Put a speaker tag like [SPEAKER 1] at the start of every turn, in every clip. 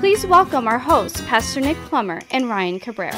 [SPEAKER 1] Please welcome our hosts, Pastor Nick Plummer and Ryan Cabrera.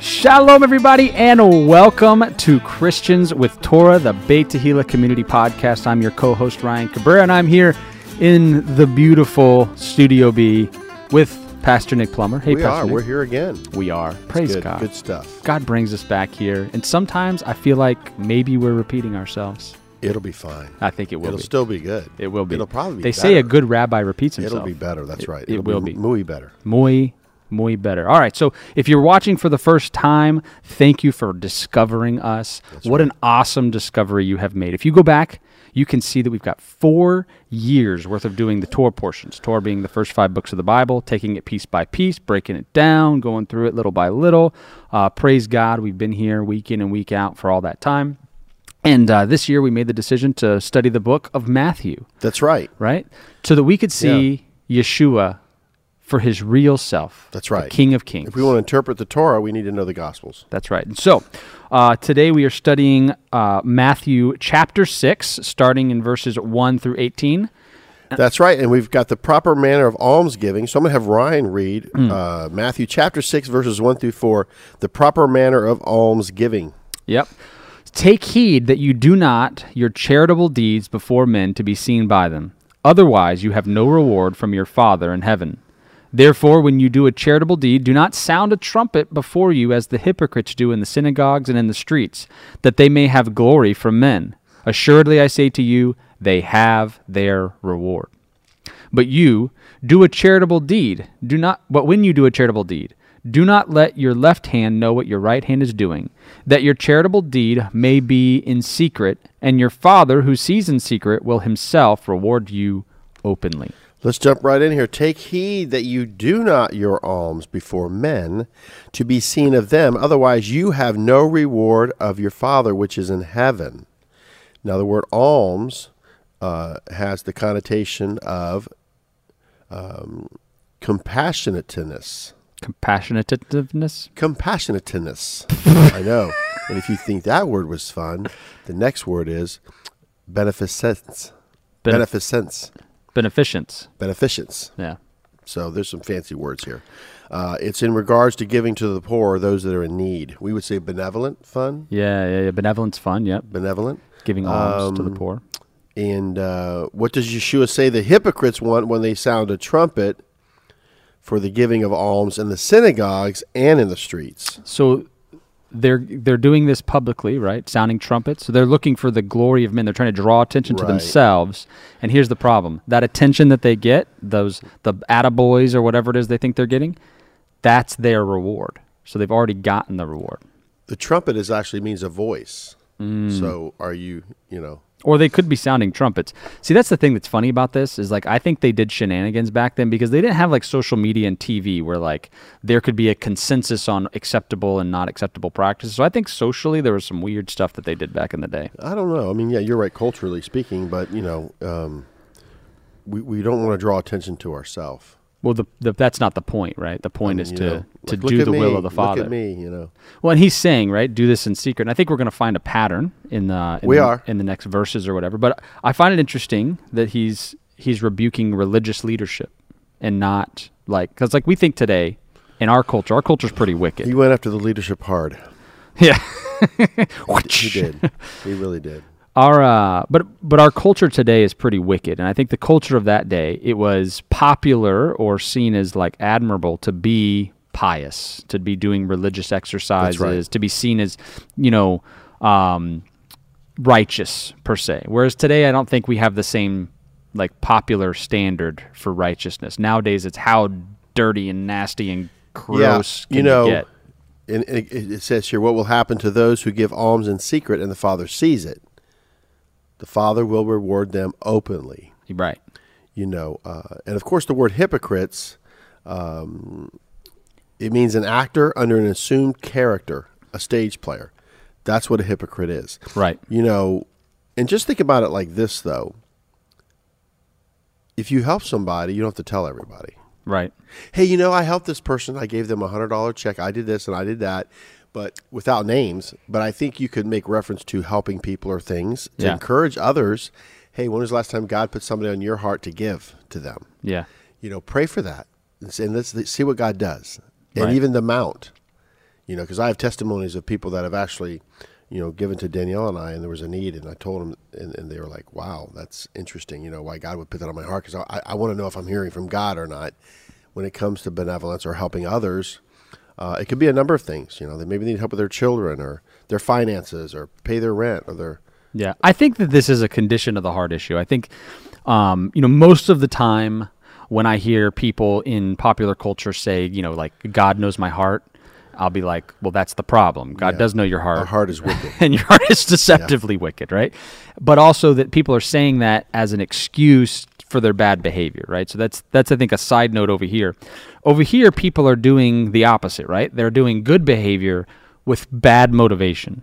[SPEAKER 2] Shalom, everybody, and welcome to Christians with Torah, the Beit Tehillah Community Podcast. I'm your co host, Ryan Cabrera, and I'm here in the beautiful Studio B with Pastor Nick Plummer. Hey,
[SPEAKER 3] we
[SPEAKER 2] Pastor
[SPEAKER 3] are.
[SPEAKER 2] Nick.
[SPEAKER 3] We're here again.
[SPEAKER 2] We are. Praise
[SPEAKER 3] good,
[SPEAKER 2] God.
[SPEAKER 3] Good stuff.
[SPEAKER 2] God brings us back here, and sometimes I feel like maybe we're repeating ourselves.
[SPEAKER 3] It'll be fine.
[SPEAKER 2] I think it will
[SPEAKER 3] It'll
[SPEAKER 2] be.
[SPEAKER 3] still be good.
[SPEAKER 2] it will be.
[SPEAKER 3] It'll probably be
[SPEAKER 2] They say a
[SPEAKER 3] better.
[SPEAKER 2] good rabbi repeats himself.
[SPEAKER 3] It'll be better. That's right.
[SPEAKER 2] it
[SPEAKER 3] It'll
[SPEAKER 2] will
[SPEAKER 3] be.
[SPEAKER 2] be.
[SPEAKER 3] Muy better.
[SPEAKER 2] Muy, muy better. All right. So if you're watching for the first time, thank you for discovering us. what an awesome discovery you have made. If you go back, you can see that we've got four years worth of doing the Torah portions. Torah being the first five books of the Bible, taking it piece by piece, breaking it down, going through it little by little. Uh, praise God, we've been here week in and week out for all that time. And uh, this year we made the decision to study the book of Matthew
[SPEAKER 3] That's right.
[SPEAKER 2] right? So that we could see Yeshua for his real self.
[SPEAKER 3] That's
[SPEAKER 2] the
[SPEAKER 3] right.
[SPEAKER 2] King of Kings.
[SPEAKER 3] If we want to interpret the Torah, we need to know the Gospels.
[SPEAKER 2] That's right. And so uh, today we are studying uh, Matthew chapter 6, starting in verses 1 through 18. Uh,
[SPEAKER 3] That's right. And we've got the proper manner of almsgiving. So I'm going to have Ryan read
[SPEAKER 2] Mm.
[SPEAKER 3] uh, Matthew chapter 6, verses 1 through 4, the proper manner of almsgiving.
[SPEAKER 2] Yep. Take heed that you do not your charitable deeds before men to be seen by them. Otherwise, you have no reward from your Father in heaven. Therefore, when you do a charitable deed, do not sound a trumpet before you as the hypocrites do in the synagogues and in the streets, that they may have glory from men. Assuredly, I say to you, they have their reward. But you do a charitable deed. Do not but when you do a charitable deed, do not let your left hand know what your right hand is doing, that your charitable deed may be in secret, and your father who sees in secret will himself reward you openly.
[SPEAKER 3] Let's jump right in here. Take heed that you do not your alms before men to be seen of them, otherwise, you have no reward of your Father which is in heaven. Now, the word alms uh, has the connotation of um, compassionateness.
[SPEAKER 2] Compassionatetiveness.
[SPEAKER 3] Compassionateness. I know. And if you think that word was fun, the next word is beneficence.
[SPEAKER 2] Bene-
[SPEAKER 3] Beneficence.
[SPEAKER 2] Beneficence.
[SPEAKER 3] Beneficence.
[SPEAKER 2] Yeah.
[SPEAKER 3] So there's some fancy words here. Uh, it's in regards to giving to the poor or those that are in need. We would say benevolent fund,
[SPEAKER 2] Yeah, yeah, yeah. Benevolence fund, yep.
[SPEAKER 3] benevolent.
[SPEAKER 2] Giving alms to the poor.
[SPEAKER 3] And uh, what does Yeshua say the hypocrites want when they sound a trumpet for the giving of alms in the synagogues and in the streets?
[SPEAKER 2] So they're they're doing this publicly, right? Sounding trumpets. So they're looking for the glory of men. They're trying to draw attention to
[SPEAKER 3] Right.
[SPEAKER 2] themselves. And here's the problem: that attention that they get, those the attaboys or whatever it is they think they're getting, that's their reward. So they've already gotten the reward.
[SPEAKER 3] The trumpet is actually means a voice.
[SPEAKER 2] Mm.
[SPEAKER 3] So are you, you know,
[SPEAKER 2] Or they could be sounding trumpets. See, that's the thing that's funny about this is like I think they did shenanigans back then because they didn't have like social media and TV where like there could be a consensus on acceptable and not acceptable practices. So I think socially there was some weird stuff that they did back in the day.
[SPEAKER 3] I don't know. I mean, yeah, you're right, culturally speaking, but, you know, um, we, we don't want to draw attention to ourselves.
[SPEAKER 2] Well, the, the, that's not the point, right? The point is
[SPEAKER 3] You
[SPEAKER 2] to
[SPEAKER 3] know,
[SPEAKER 2] to
[SPEAKER 3] like, look
[SPEAKER 2] do
[SPEAKER 3] at
[SPEAKER 2] the will
[SPEAKER 3] me,
[SPEAKER 2] of the
[SPEAKER 3] Look at
[SPEAKER 2] Father.
[SPEAKER 3] me, you know.
[SPEAKER 2] Well, and he's saying, right, do this in secret. And I think we're going to find a pattern in the in
[SPEAKER 3] We
[SPEAKER 2] the,
[SPEAKER 3] are.
[SPEAKER 2] in the next verses or whatever. But I find it interesting that he's he's rebuking religious leadership and not like because like we think today in our culture, our culture's pretty wicked.
[SPEAKER 3] He went after the leadership hard.
[SPEAKER 2] yeah.
[SPEAKER 3] He did. he really did.
[SPEAKER 2] our uh, but but our culture today is pretty wicked, and I think the culture of that day it was popular or seen as like admirable to be pious, to be doing religious exercises, to be seen as you know um, righteous per se. Whereas today, I don't think we have the same like popular standard for righteousness. Nowadays, it's how dirty and nasty and gross can
[SPEAKER 3] yeah, you know.
[SPEAKER 2] get.
[SPEAKER 3] And it, it it says here, what will happen to those who give alms in secret and the Father sees it? The Father will reward them openly.
[SPEAKER 2] Right.
[SPEAKER 3] you know, uh, and of course the word hypocrites Um, it means an actor under an assumed character, a stage player. That's what a hypocrite is.
[SPEAKER 2] Right.
[SPEAKER 3] You know, and just think about it like this, though. If you help somebody, you don't have to tell everybody.
[SPEAKER 2] Right.
[SPEAKER 3] Hey, you know, I helped this person. I gave them a hundred dollar check. I did this and I did that, but without names. But I think you could make reference to helping people or things to
[SPEAKER 2] Yeah.
[SPEAKER 3] encourage others. Hey, when was the last time God put somebody on your heart to give to them?
[SPEAKER 2] Yeah.
[SPEAKER 3] you know, pray for that and s- and let's, let's see what God does. And
[SPEAKER 2] Right.
[SPEAKER 3] even the mount, you know, because I have testimonies of people that have actually, you know, given to Danielle and I, and there was a need, and I told them, and, and they were like, wow, that's interesting, you know, why God would put that on my heart, because I, I want to know if I'm hearing from God or not when it comes to benevolence or helping others. Uh, it could be a number of things, you know, they maybe need help with their children or their finances or pay their rent or their,
[SPEAKER 2] Yeah, I think that this is a condition of the heart issue. I think, um, you know, most of the time when I hear people in popular culture say, you know, like God knows my heart, I'll be like, well, that's the problem. God does know your
[SPEAKER 3] our
[SPEAKER 2] heart,
[SPEAKER 3] heart is wicked.
[SPEAKER 2] and your heart is deceptively wicked, right? But also that people are saying that as an excuse for their bad behavior, right? So that's that's I think a side note over here. Over here, people are doing the opposite, right? They're doing good behavior with bad motivation.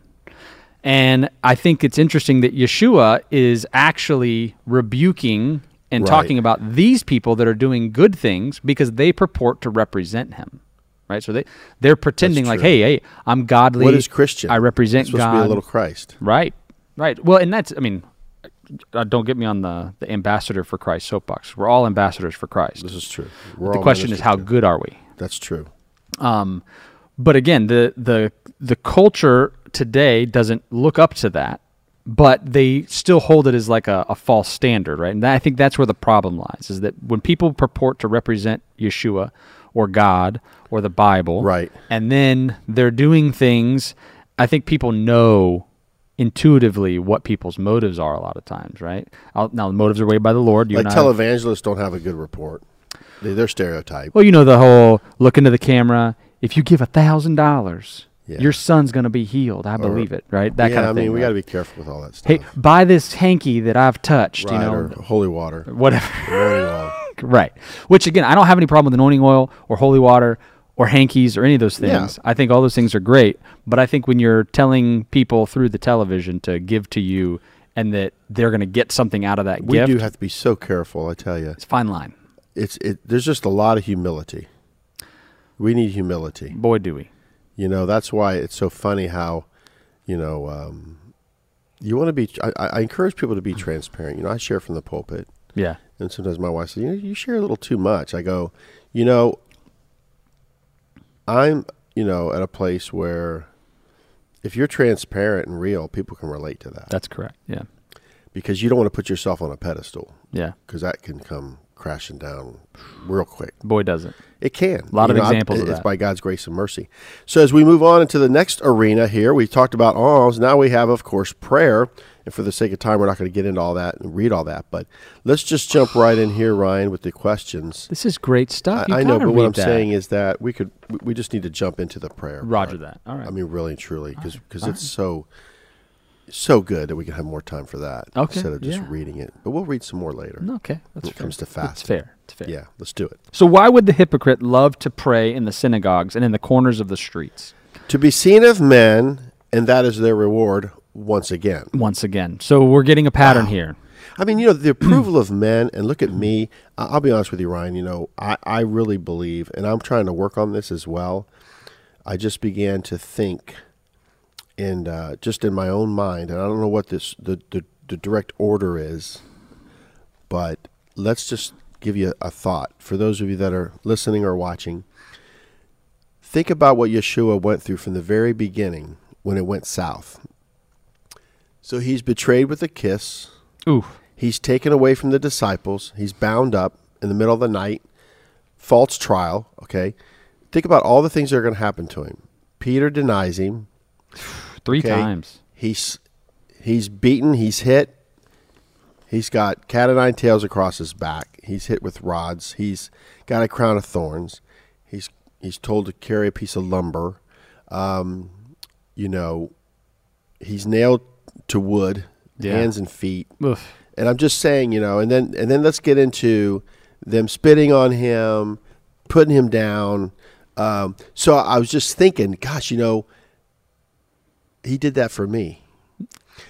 [SPEAKER 2] And I think it's interesting that Yeshua is actually rebuking and
[SPEAKER 3] Right.
[SPEAKER 2] talking about these people that are doing good things because they purport to represent him. Right? So they they're pretending like,
[SPEAKER 3] true.
[SPEAKER 2] "Hey, hey, I'm godly.
[SPEAKER 3] What is Christian?
[SPEAKER 2] I represent
[SPEAKER 3] It's supposed
[SPEAKER 2] God."
[SPEAKER 3] to be a little Christ.
[SPEAKER 2] Right. Right. Well, and that's I mean, uh, don't get me on the the ambassador for Christ soapbox. We're all ambassadors for Christ.
[SPEAKER 3] This is true.
[SPEAKER 2] the question is how good are we?
[SPEAKER 3] That's true.
[SPEAKER 2] Um, but again, the the the culture today doesn't look up to that, but they still hold it as like a, a false standard, right? And that, I think that's where the problem lies: is that when people purport to represent Yeshua or God or the Bible,
[SPEAKER 3] Right.
[SPEAKER 2] and then they're doing things. I think people know intuitively what people's motives are a lot of times, right? I'll, now, motives are weighed by the Lord. You
[SPEAKER 3] Like
[SPEAKER 2] and I-
[SPEAKER 3] televangelists don't have a good report. They, they're stereotyped.
[SPEAKER 2] Well, you know the whole look into the camera. If you give a thousand dollars,
[SPEAKER 3] Yeah.
[SPEAKER 2] your son's gonna be healed. I believe it, right? That
[SPEAKER 3] yeah,
[SPEAKER 2] kind of
[SPEAKER 3] I
[SPEAKER 2] thing.
[SPEAKER 3] mean, we
[SPEAKER 2] right?
[SPEAKER 3] got to be careful with all that stuff.
[SPEAKER 2] Hey, buy this hanky that I've touched.
[SPEAKER 3] Right,
[SPEAKER 2] you know,
[SPEAKER 3] or holy water.
[SPEAKER 2] whatever.
[SPEAKER 3] Holy water.
[SPEAKER 2] right. Which again, I don't have any problem with anointing oil or holy water or hankies or any of those
[SPEAKER 3] Yeah.
[SPEAKER 2] things. I think all those things are great. But I think when you're telling people through the television to give to you and that they're gonna get something out of that
[SPEAKER 3] We
[SPEAKER 2] gift,
[SPEAKER 3] do have to be so careful. I tell you,
[SPEAKER 2] it's a fine line.
[SPEAKER 3] it's it. There's just a lot of humility. We need humility.
[SPEAKER 2] Boy, do we.
[SPEAKER 3] You know, that's why it's so funny how, you know, um, you want to be. I, I I encourage people to be transparent. You know, I share from the pulpit.
[SPEAKER 2] Yeah.
[SPEAKER 3] And sometimes my wife says, "You know, you share a little too much." I go, "You know, I'm, you know, at a place where if you're transparent and real, people can relate to that
[SPEAKER 2] That's correct. Yeah.
[SPEAKER 3] because you don't want to put yourself on a pedestal
[SPEAKER 2] Yeah.
[SPEAKER 3] because that can come crashing down real quick.
[SPEAKER 2] Boy does it.
[SPEAKER 3] It can.
[SPEAKER 2] Lot of
[SPEAKER 3] I-
[SPEAKER 2] examples of
[SPEAKER 3] It's
[SPEAKER 2] that.
[SPEAKER 3] by God's grace and mercy. So as we move on into the next arena here, we talked about alms. Now we have, of course, prayer. And for the sake of time, we're not going to get into all that and read all that. But let's just jump right in here, Ryan, with the questions.
[SPEAKER 2] This is great stuff. You
[SPEAKER 3] I, I know,
[SPEAKER 2] gotta
[SPEAKER 3] but what
[SPEAKER 2] read
[SPEAKER 3] I'm
[SPEAKER 2] that.
[SPEAKER 3] saying is that we could we- we just need to jump into the prayer.
[SPEAKER 2] Roger
[SPEAKER 3] part.
[SPEAKER 2] that. All right.
[SPEAKER 3] I mean, really and truly, because it's so so good that we can have more time for that
[SPEAKER 2] Okay,
[SPEAKER 3] instead of just
[SPEAKER 2] yeah.
[SPEAKER 3] reading it. But we'll read some more later.
[SPEAKER 2] Mm, okay, that's
[SPEAKER 3] when it
[SPEAKER 2] fair.
[SPEAKER 3] comes to
[SPEAKER 2] That's
[SPEAKER 3] fasting.
[SPEAKER 2] fair. It's fair.
[SPEAKER 3] Yeah, let's do it.
[SPEAKER 2] So why would the hypocrite love to pray in the synagogues and in the corners of the streets?
[SPEAKER 3] To be seen of men, and that is their reward once again.
[SPEAKER 2] Once again, so we're getting a pattern here.
[SPEAKER 3] I mean, you know, the approval of men, and look at me. I- I'll be honest with you, Ryan. You know, I, I really believe, and I'm trying to work on this as well. I just began to think, and uh, just in my own mind, and I don't know what this the, the, the direct order is, but let's just give you a thought for those of you that are listening or watching. Think about what Yeshua went through from the very beginning when it went south. So he's betrayed with a kiss.
[SPEAKER 2] Ooh,
[SPEAKER 3] He's taken away from the disciples. He's bound up in the middle of the night. False trial. Okay. Think about all the things that are going to happen to him. Peter denies him.
[SPEAKER 2] three
[SPEAKER 3] Okay.
[SPEAKER 2] times.
[SPEAKER 3] He's he's beaten. He's hit. He's got cat o' nine tails across his back. He's hit with rods. He's got a crown of thorns. He's he's told to carry a piece of lumber. Um, you know, he's nailed to wood,
[SPEAKER 2] Yeah.
[SPEAKER 3] hands and feet.
[SPEAKER 2] Oof.
[SPEAKER 3] And I'm just saying, you know, and then and then let's get into them spitting on him, putting him down. Um, so I was just thinking, gosh, you know, he did that for me.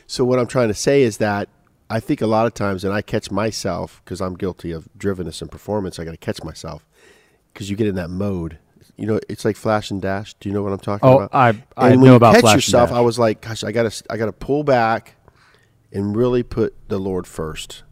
[SPEAKER 3] So what I'm trying to say is that I think a lot of times, and I catch myself because I'm guilty of drivenness and performance. I got to catch myself because you get in that mode. You know, it's like flash and dash. Do you know what I'm talking
[SPEAKER 2] Oh,
[SPEAKER 3] about?
[SPEAKER 2] I- I
[SPEAKER 3] and when
[SPEAKER 2] know
[SPEAKER 3] you
[SPEAKER 2] about
[SPEAKER 3] catch
[SPEAKER 2] flash and
[SPEAKER 3] yourself.
[SPEAKER 2] dash.
[SPEAKER 3] I was like, gosh, I gotta, I gotta pull back and really put the Lord first.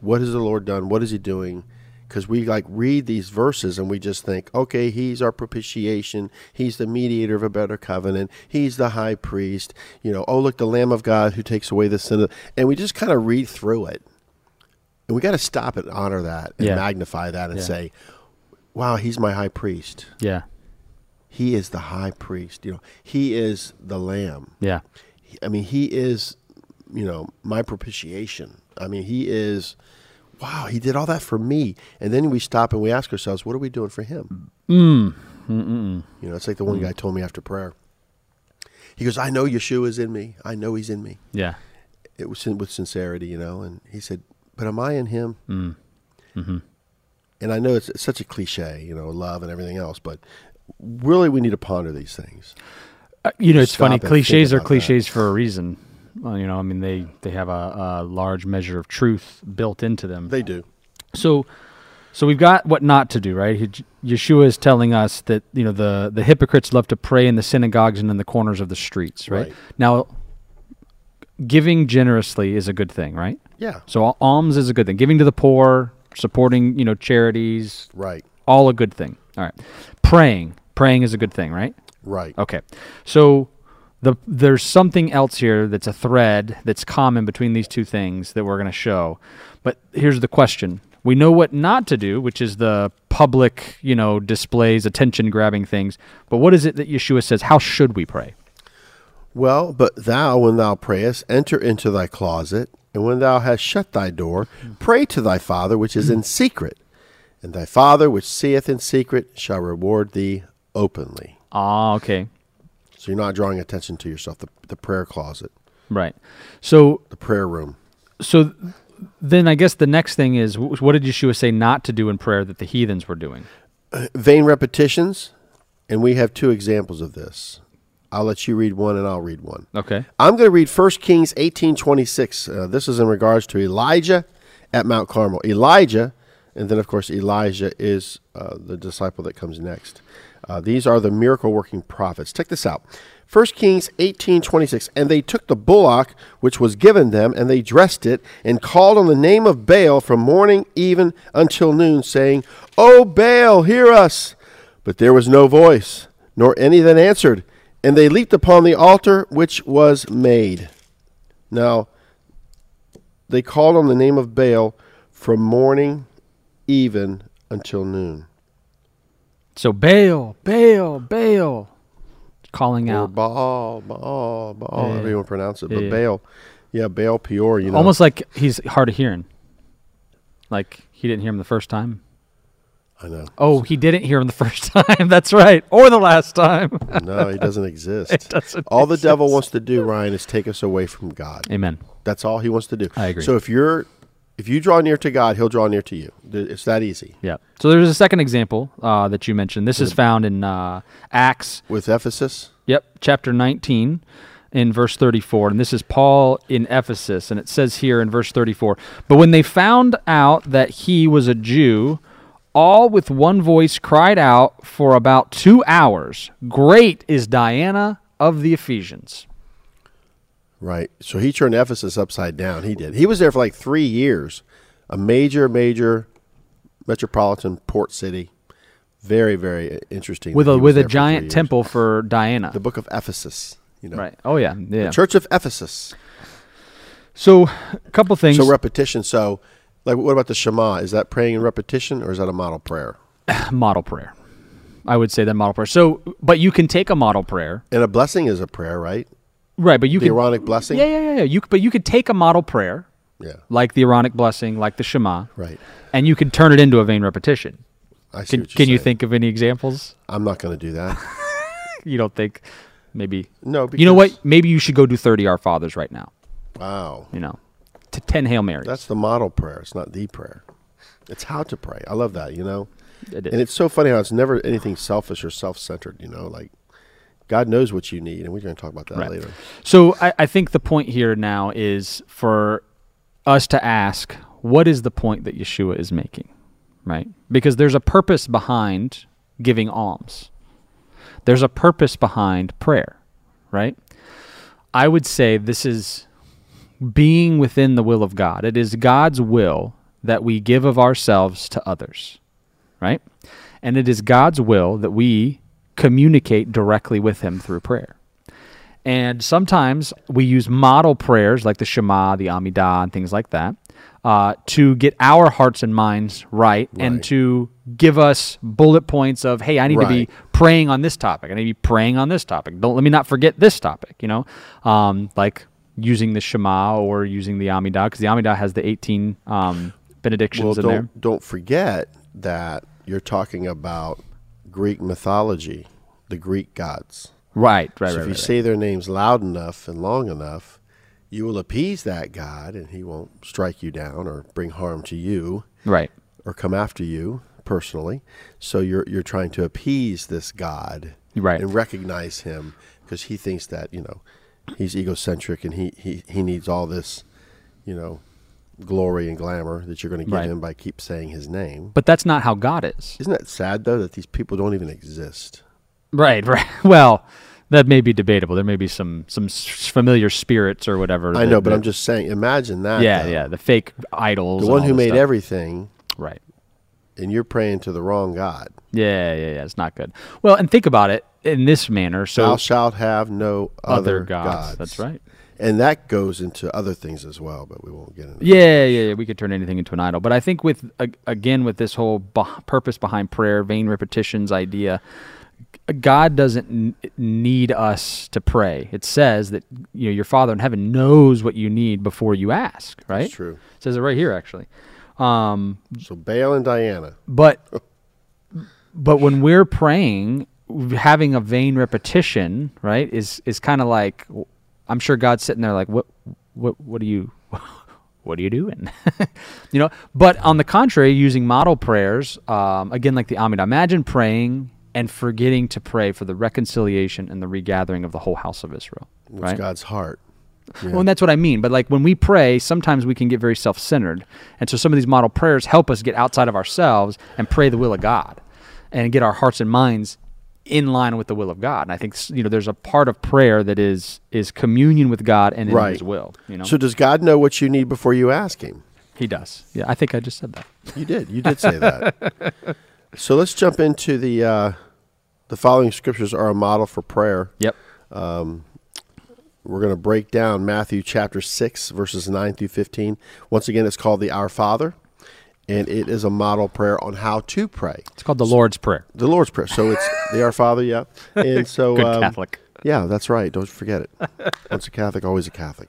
[SPEAKER 3] What has the Lord done? What is He doing? Because we like read these verses and we just think, okay, He's our propitiation. He's the mediator of a better covenant. He's the high priest. You know, oh look, the Lamb of God who takes away the sin. Of, and we just kind of read through it, and we got to stop and honor that and
[SPEAKER 2] Yeah.
[SPEAKER 3] magnify that and say, wow, He's my high priest.
[SPEAKER 2] Yeah.
[SPEAKER 3] He is the high priest. You know, He is the Lamb.
[SPEAKER 2] Yeah.
[SPEAKER 3] I mean, he is, you know, my propitiation. I mean, he is, wow, he did all that for me. And then we stop and we ask ourselves, what are we doing for him? Mm. You know, it's like the one guy told me after prayer. He goes, I know Yeshua is in me. I know he's in me.
[SPEAKER 2] Yeah.
[SPEAKER 3] It was sin- with sincerity, you know. And he said, but am I in him? Mm. Mm-hmm. And I know it's, it's such a cliche, you know, love and everything else, but really we need to ponder these things.
[SPEAKER 2] Uh, you know, it's
[SPEAKER 3] Stop
[SPEAKER 2] funny.
[SPEAKER 3] and think
[SPEAKER 2] Cliches are
[SPEAKER 3] about that.
[SPEAKER 2] cliches for a reason. Well, you know, I mean, they they have a, a large measure of truth built into them.
[SPEAKER 3] They do.
[SPEAKER 2] So, so we've got what not to do, right? He- Yeshua is telling us that you know the the hypocrites love to pray in the synagogues and in the corners of the streets, right?
[SPEAKER 3] Right.
[SPEAKER 2] Now, giving generously is a good thing, right?
[SPEAKER 3] Yeah.
[SPEAKER 2] So al- alms is a good thing. Giving to the poor, supporting you know charities,
[SPEAKER 3] Right.
[SPEAKER 2] all a good thing. All right. Praying, praying is a good thing, right?
[SPEAKER 3] Right.
[SPEAKER 2] Okay. So the there's something else here that's a thread that's common between these two things that we're going to show. But here's the question. We know what not to do, which is the public, you know, displays, attention grabbing things. But what is it that Yeshua says? How should we pray?
[SPEAKER 3] Well, but thou, when thou prayest, enter into thy closet, and when thou hast shut thy door, pray to thy Father which is in secret, and thy Father which seeth in secret shall reward thee openly.
[SPEAKER 2] Ah, okay.
[SPEAKER 3] So you're not drawing attention to yourself, the, the prayer closet,
[SPEAKER 2] Right. So
[SPEAKER 3] the prayer room.
[SPEAKER 2] so th- then I guess the next thing is wh- what did Yeshua say not to do in prayer that the heathens were doing?
[SPEAKER 3] Vain repetitions, and we have two examples of this. I'll let you read one, and I'll read one.
[SPEAKER 2] Okay.
[SPEAKER 3] I'm going to read 1 Kings 18:26. Uh, this is in regards to Elijah at Mount Carmel. Elijah, and then of course Elijah is uh, the disciple that comes next. Uh, these are the miracle-working prophets. Check this out. 1 Kings 18:26. And they took the bullock which was given them, and they dressed it, and called on the name of Baal from morning even until noon, saying, "O Baal, hear us!" But there was no voice, nor any that answered. And they leaped upon the altar which was made. Now, they called on the name of Baal from morning even until noon.
[SPEAKER 2] So Baal, Baal, Baal calling
[SPEAKER 3] Or
[SPEAKER 2] out.
[SPEAKER 3] Baal, Baal, Baal, however you want to pronounce it. But
[SPEAKER 2] Yeah, yeah.
[SPEAKER 3] Baal, yeah, Baal Peor, you know.
[SPEAKER 2] Almost like he's hard of hearing. Like he didn't hear him the first time.
[SPEAKER 3] I know.
[SPEAKER 2] Oh, he didn't hear him the first time. That's right. Or the last time.
[SPEAKER 3] No, he doesn't exist.
[SPEAKER 2] doesn't
[SPEAKER 3] all the devil wants to do, Ryan, is take us away from God.
[SPEAKER 2] Amen.
[SPEAKER 3] That's all he wants to do.
[SPEAKER 2] I agree.
[SPEAKER 3] So if you're if you draw near to God, he'll draw near to you. Th- It's that easy.
[SPEAKER 2] Yeah. So there's a second example uh, that you mentioned. This is found in uh, Acts,
[SPEAKER 3] With Ephesus,
[SPEAKER 2] yep, chapter 19 in verse 34. And this is Paul in Ephesus. And it says here in verse 34 But when they found out that he was a Jew, all with one voice cried out for about two hours Great is Diana of the Ephesians.
[SPEAKER 3] Right. So he turned Ephesus upside down. He did. He was there for like three years. A major, major metropolitan port city. Very, very interesting.
[SPEAKER 2] with
[SPEAKER 3] that
[SPEAKER 2] a
[SPEAKER 3] he was
[SPEAKER 2] with
[SPEAKER 3] there
[SPEAKER 2] a
[SPEAKER 3] for three
[SPEAKER 2] giant
[SPEAKER 3] years.
[SPEAKER 2] temple for Diana.
[SPEAKER 3] The Book of Ephesus. You know.
[SPEAKER 2] right. Oh yeah. Yeah.
[SPEAKER 3] Church of Ephesus.
[SPEAKER 2] So, a couple things.
[SPEAKER 3] So repetition. So, like, what about the Shema? Is that praying in repetition, or is that a model prayer?
[SPEAKER 2] model prayer. I would say that model prayer. So, but you can take a model prayer.
[SPEAKER 3] And a blessing is a prayer, right?
[SPEAKER 2] Right. But you
[SPEAKER 3] The
[SPEAKER 2] can.
[SPEAKER 3] Aaronic blessing.
[SPEAKER 2] Yeah, yeah, yeah, yeah. You c- but you could take a model prayer
[SPEAKER 3] Yeah.
[SPEAKER 2] like the Aaronic blessing, like the Shema,
[SPEAKER 3] Right.
[SPEAKER 2] and you can turn it into a vain repetition.
[SPEAKER 3] I see
[SPEAKER 2] Can
[SPEAKER 3] what you're
[SPEAKER 2] Can you
[SPEAKER 3] saying.
[SPEAKER 2] think of any examples?
[SPEAKER 3] I'm not going to do that.
[SPEAKER 2] You don't think? Maybe.
[SPEAKER 3] No.
[SPEAKER 2] you know
[SPEAKER 3] because-
[SPEAKER 2] what? Maybe you should go do thirty Our Fathers right now.
[SPEAKER 3] Wow.
[SPEAKER 2] You know, to ten Hail Marys.
[SPEAKER 3] That's the model prayer. It's not the prayer. It's how to pray. I love that, you know.
[SPEAKER 2] It is.
[SPEAKER 3] And it's so funny how it's never anything selfish or self centered, you know, like God knows what you need. And we're going to talk about that
[SPEAKER 2] Right.
[SPEAKER 3] later.
[SPEAKER 2] So I, I think the point here now is for us to ask, what is the point that Yeshua is making? Right? Because there's a purpose behind giving alms. There's a purpose behind prayer, right? I would say this is being within the will of God. It is God's will that we give of ourselves to others, right? And it is God's will that we communicate directly with Him through prayer. And sometimes we use model prayers like the Shema, the Amidah, and things like that uh, to get our hearts and minds right, and
[SPEAKER 3] Right.
[SPEAKER 2] to give us bullet points of, hey, I need to be
[SPEAKER 3] Right.
[SPEAKER 2] praying on this topic. I need to be praying on this topic. Don't let me not forget this topic, you know? Um, like using the Shema or using the Amidah, because the Amidah has the 18 um, benedictions
[SPEAKER 3] Well,
[SPEAKER 2] in
[SPEAKER 3] don't,
[SPEAKER 2] there.
[SPEAKER 3] don't forget that you're talking about Greek mythology, the Greek gods.
[SPEAKER 2] Right, right,
[SPEAKER 3] So
[SPEAKER 2] right.
[SPEAKER 3] if
[SPEAKER 2] right,
[SPEAKER 3] you
[SPEAKER 2] right.
[SPEAKER 3] say their names loud enough and long enough, you will appease that God and he won't strike you down or bring harm to you
[SPEAKER 2] right.
[SPEAKER 3] or come after you personally. So you're you're trying to appease this God
[SPEAKER 2] Right.
[SPEAKER 3] and recognize him because he thinks that, you know, he's egocentric and he, he, he needs all this, you know, glory and glamour that you're going to give
[SPEAKER 2] Right.
[SPEAKER 3] him by keep saying his name.
[SPEAKER 2] But that's not how God is.
[SPEAKER 3] Isn't that sad though that these people don't even exist?
[SPEAKER 2] Right, right. Well, that may be debatable. There may be some some s- familiar spirits or whatever.
[SPEAKER 3] I
[SPEAKER 2] that-
[SPEAKER 3] know, but
[SPEAKER 2] that-
[SPEAKER 3] I'm just saying imagine that.
[SPEAKER 2] yeah,
[SPEAKER 3] though.
[SPEAKER 2] yeah. The fake idols.
[SPEAKER 3] The
[SPEAKER 2] and
[SPEAKER 3] one
[SPEAKER 2] all
[SPEAKER 3] who
[SPEAKER 2] this
[SPEAKER 3] made
[SPEAKER 2] stuff.
[SPEAKER 3] everything
[SPEAKER 2] Right.
[SPEAKER 3] and you're praying to the wrong God.
[SPEAKER 2] Yeah, yeah, yeah. It's not good. Well, and think about it in this manner. So
[SPEAKER 3] Thou shalt have no other, gods.
[SPEAKER 2] That's right.
[SPEAKER 3] And that goes into other things as well, but we won't get into
[SPEAKER 2] Yeah, yeah, yeah. We could turn anything into an idol. But I think with ag- again with this whole beh- purpose behind prayer, vain repetitions idea, g- God doesn't n- need us to pray. It says that you know your Father in heaven knows what you need before you ask. Right.
[SPEAKER 3] true.
[SPEAKER 2] It says it right here actually. Um,
[SPEAKER 3] So Baal and Diana.
[SPEAKER 2] but but when we're praying having a vain repetition right is is kind of like i'm sure god's sitting there like what what what are you what are you doing you know but on the contrary using model prayers um, again like the amidah imagine praying and forgetting to pray for the reconciliation and the regathering of the whole house of israel
[SPEAKER 3] What's
[SPEAKER 2] right
[SPEAKER 3] God's heart?
[SPEAKER 2] well, and that's what I mean. But like when we pray, sometimes we can get very self centered. And so some of these model prayers help us get outside of ourselves and pray the will of God and get our hearts and minds in line with the will of God. And I think, s- you know, there's a part of prayer that is is communion with God and in
[SPEAKER 3] Right.
[SPEAKER 2] His will. You know,
[SPEAKER 3] So does God know what you need before you ask Him?
[SPEAKER 2] He does. Yeah, I think I just said that.
[SPEAKER 3] You did. You did say that. so let's jump into the uh, the following scriptures are a model for prayer.
[SPEAKER 2] Yep.
[SPEAKER 3] We're going to break down Matthew chapter 6, verses 9 through 15. Once again, it's called the Our Father, and it is a model prayer on how to pray.
[SPEAKER 2] It's called the Lord's Prayer.
[SPEAKER 3] the Lord's Prayer. So it's the Our Father, yeah. And so,
[SPEAKER 2] Good
[SPEAKER 3] um,
[SPEAKER 2] Catholic.
[SPEAKER 3] Yeah, that's right. Don't forget it. Once a Catholic, always a Catholic.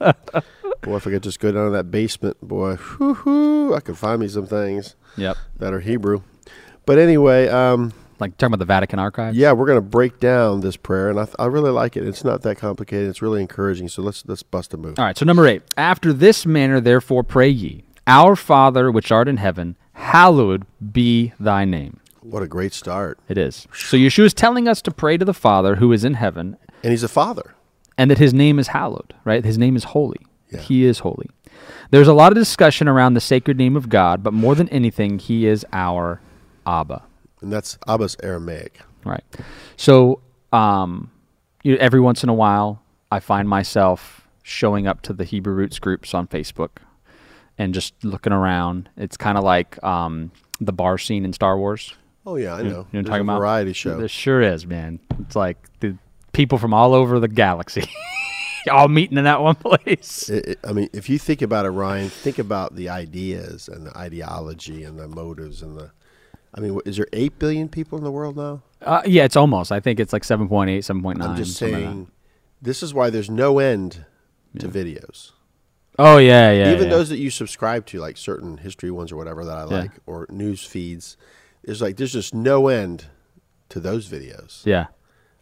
[SPEAKER 3] boy, if I could just go down to that basement, boy, whoo hoo, I could find me some things
[SPEAKER 2] Yep.
[SPEAKER 3] that are Hebrew. But anyway, um,
[SPEAKER 2] Like talking about the Vatican archives.
[SPEAKER 3] yeah, we're going to break down this prayer, and I, th- I really like it. It's not that complicated. It's really encouraging. So let's let's bust a move.
[SPEAKER 2] All right, so number eight. After this manner, therefore, pray ye, Our Father which art in heaven, hallowed be thy name.
[SPEAKER 3] What a great start!
[SPEAKER 2] It is. So Yeshua is telling us to pray to the Father who is in heaven
[SPEAKER 3] And he's a father.
[SPEAKER 2] and that his name is hallowed, right? His name is holy.
[SPEAKER 3] Yeah.
[SPEAKER 2] He is holy. There's a lot of discussion around the sacred name of God, but more than anything, he is our Abba,
[SPEAKER 3] And that's Abba's Aramaic.
[SPEAKER 2] right? So um, you every once in a while, I find myself showing up to the Hebrew Roots groups on Facebook and just looking around. It's kind of like um, the bar scene in Star Wars.
[SPEAKER 3] Oh yeah, I know.
[SPEAKER 2] You know what I'm
[SPEAKER 3] There's
[SPEAKER 2] talking
[SPEAKER 3] a
[SPEAKER 2] about?
[SPEAKER 3] variety show.
[SPEAKER 2] There sure is, man. It's like the people from all over the galaxy all meeting in that one place.
[SPEAKER 3] It, it, I mean, if you think about it, Ryan, think about the ideas and the ideology and the motives and the. I mean, what- is there eight billion people in the world now?
[SPEAKER 2] Uh, yeah, it's almost. I think it's like 7.8, 7.9.
[SPEAKER 3] I'm just
[SPEAKER 2] something like that.
[SPEAKER 3] saying, this is why there's no end to videos.
[SPEAKER 2] Oh, yeah, yeah.
[SPEAKER 3] Even
[SPEAKER 2] yeah.
[SPEAKER 3] those that you subscribe to, like certain history ones or whatever that I like, or news feeds, there's like there's just no end to those videos.
[SPEAKER 2] Yeah.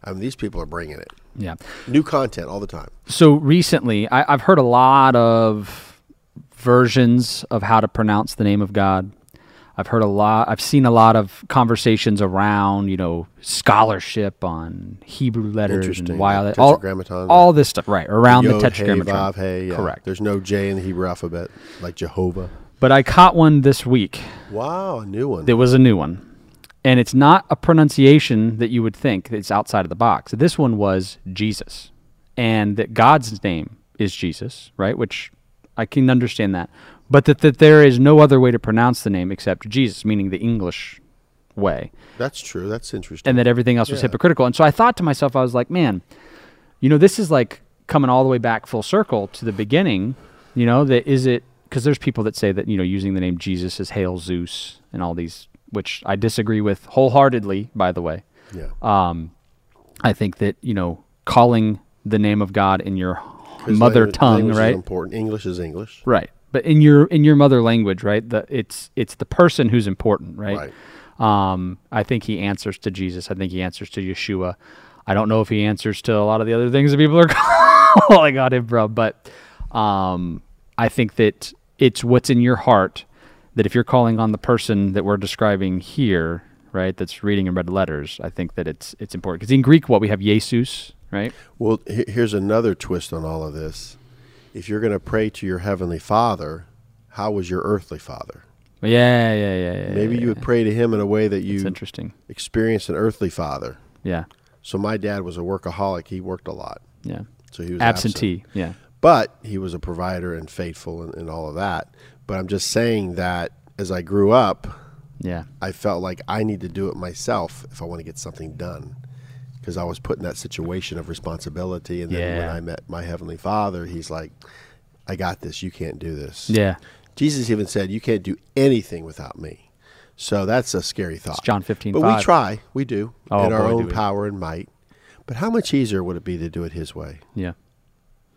[SPEAKER 3] I mean, these people are bringing it,
[SPEAKER 2] Yeah.
[SPEAKER 3] new content all the time.
[SPEAKER 2] So recently, I, I've heard a lot of versions of how to pronounce the name of God. I've heard a lot. I've seen a lot of conversations around, you know, scholarship on Hebrew letters and
[SPEAKER 3] Interesting,
[SPEAKER 2] why
[SPEAKER 3] like
[SPEAKER 2] all,
[SPEAKER 3] tetragrammaton.
[SPEAKER 2] all this stuff, right? Around the
[SPEAKER 3] Yod, hey,
[SPEAKER 2] tetragrammaton,
[SPEAKER 3] vav, hey, yeah.
[SPEAKER 2] correct?
[SPEAKER 3] There's no J in the Hebrew alphabet, like Jehovah.
[SPEAKER 2] But I caught one this week.
[SPEAKER 3] Wow, a new one.
[SPEAKER 2] There was a new one, and it's not a pronunciation that you would think. It's outside of the box. This one was Jesus, and that God's name is Jesus, right? Which I can understand that, but that, that there is no other way to pronounce the name except Jesus, meaning the English way.
[SPEAKER 3] That's true. That's interesting.
[SPEAKER 2] and that everything else was
[SPEAKER 3] Yeah.
[SPEAKER 2] hypocritical. And so I thought to myself, I was like, man, you know, this is like coming all the way back full circle to the beginning. You know, that is it because there's people that say that you know using the name Jesus is hail Zeus and all these, which I disagree with wholeheartedly. By the way,
[SPEAKER 3] yeah.
[SPEAKER 2] uh, I think that you know calling the name of God in your
[SPEAKER 3] His
[SPEAKER 2] mother
[SPEAKER 3] language-
[SPEAKER 2] tongue,
[SPEAKER 3] language is
[SPEAKER 2] right?
[SPEAKER 3] important. English is English.
[SPEAKER 2] Right. But in your in your mother language, right? The it's it's the person who's important, right? Um, I think he answers to Jesus. I think he answers to Yeshua. I don't know if he answers to a lot of the other things that people are calling on him from, but um, I think that it's what's in your heart that if you're calling on the person that we're describing here, right, that's reading in red letters, I think that it's it's important because in Greek, what we have Jesus, right?
[SPEAKER 3] Well, he- here's another twist on all of this. If you're going to pray to your heavenly Father, how was your earthly father?
[SPEAKER 2] Yeah, yeah, yeah, yeah.
[SPEAKER 3] Maybe you would pray to him in a way that
[SPEAKER 2] It's
[SPEAKER 3] you
[SPEAKER 2] interesting.
[SPEAKER 3] experienced an earthly father.
[SPEAKER 2] Yeah,
[SPEAKER 3] So my dad was a workaholic. He worked a lot.
[SPEAKER 2] yeah.
[SPEAKER 3] So he was absent.
[SPEAKER 2] absentee. Yeah.
[SPEAKER 3] but he was a provider and faithful and, and all of that. But I'm just saying that as I grew up,
[SPEAKER 2] Yeah.
[SPEAKER 3] I felt like I need to do it myself if I want to get something done. Because I was put in that situation of responsibility. And then when
[SPEAKER 2] Yeah.
[SPEAKER 3] I met my Heavenly Father, He's like, I got this. You can't do this.
[SPEAKER 2] Yeah.
[SPEAKER 3] Jesus even said, You can't do anything without me. So that's a scary thought.
[SPEAKER 2] John 15,
[SPEAKER 3] But
[SPEAKER 2] 5.
[SPEAKER 3] we try. We do.
[SPEAKER 2] Oh,
[SPEAKER 3] in our
[SPEAKER 2] boy, do
[SPEAKER 3] own
[SPEAKER 2] we.
[SPEAKER 3] power and might. But how much easier would it be to do it His way?
[SPEAKER 2] Yeah.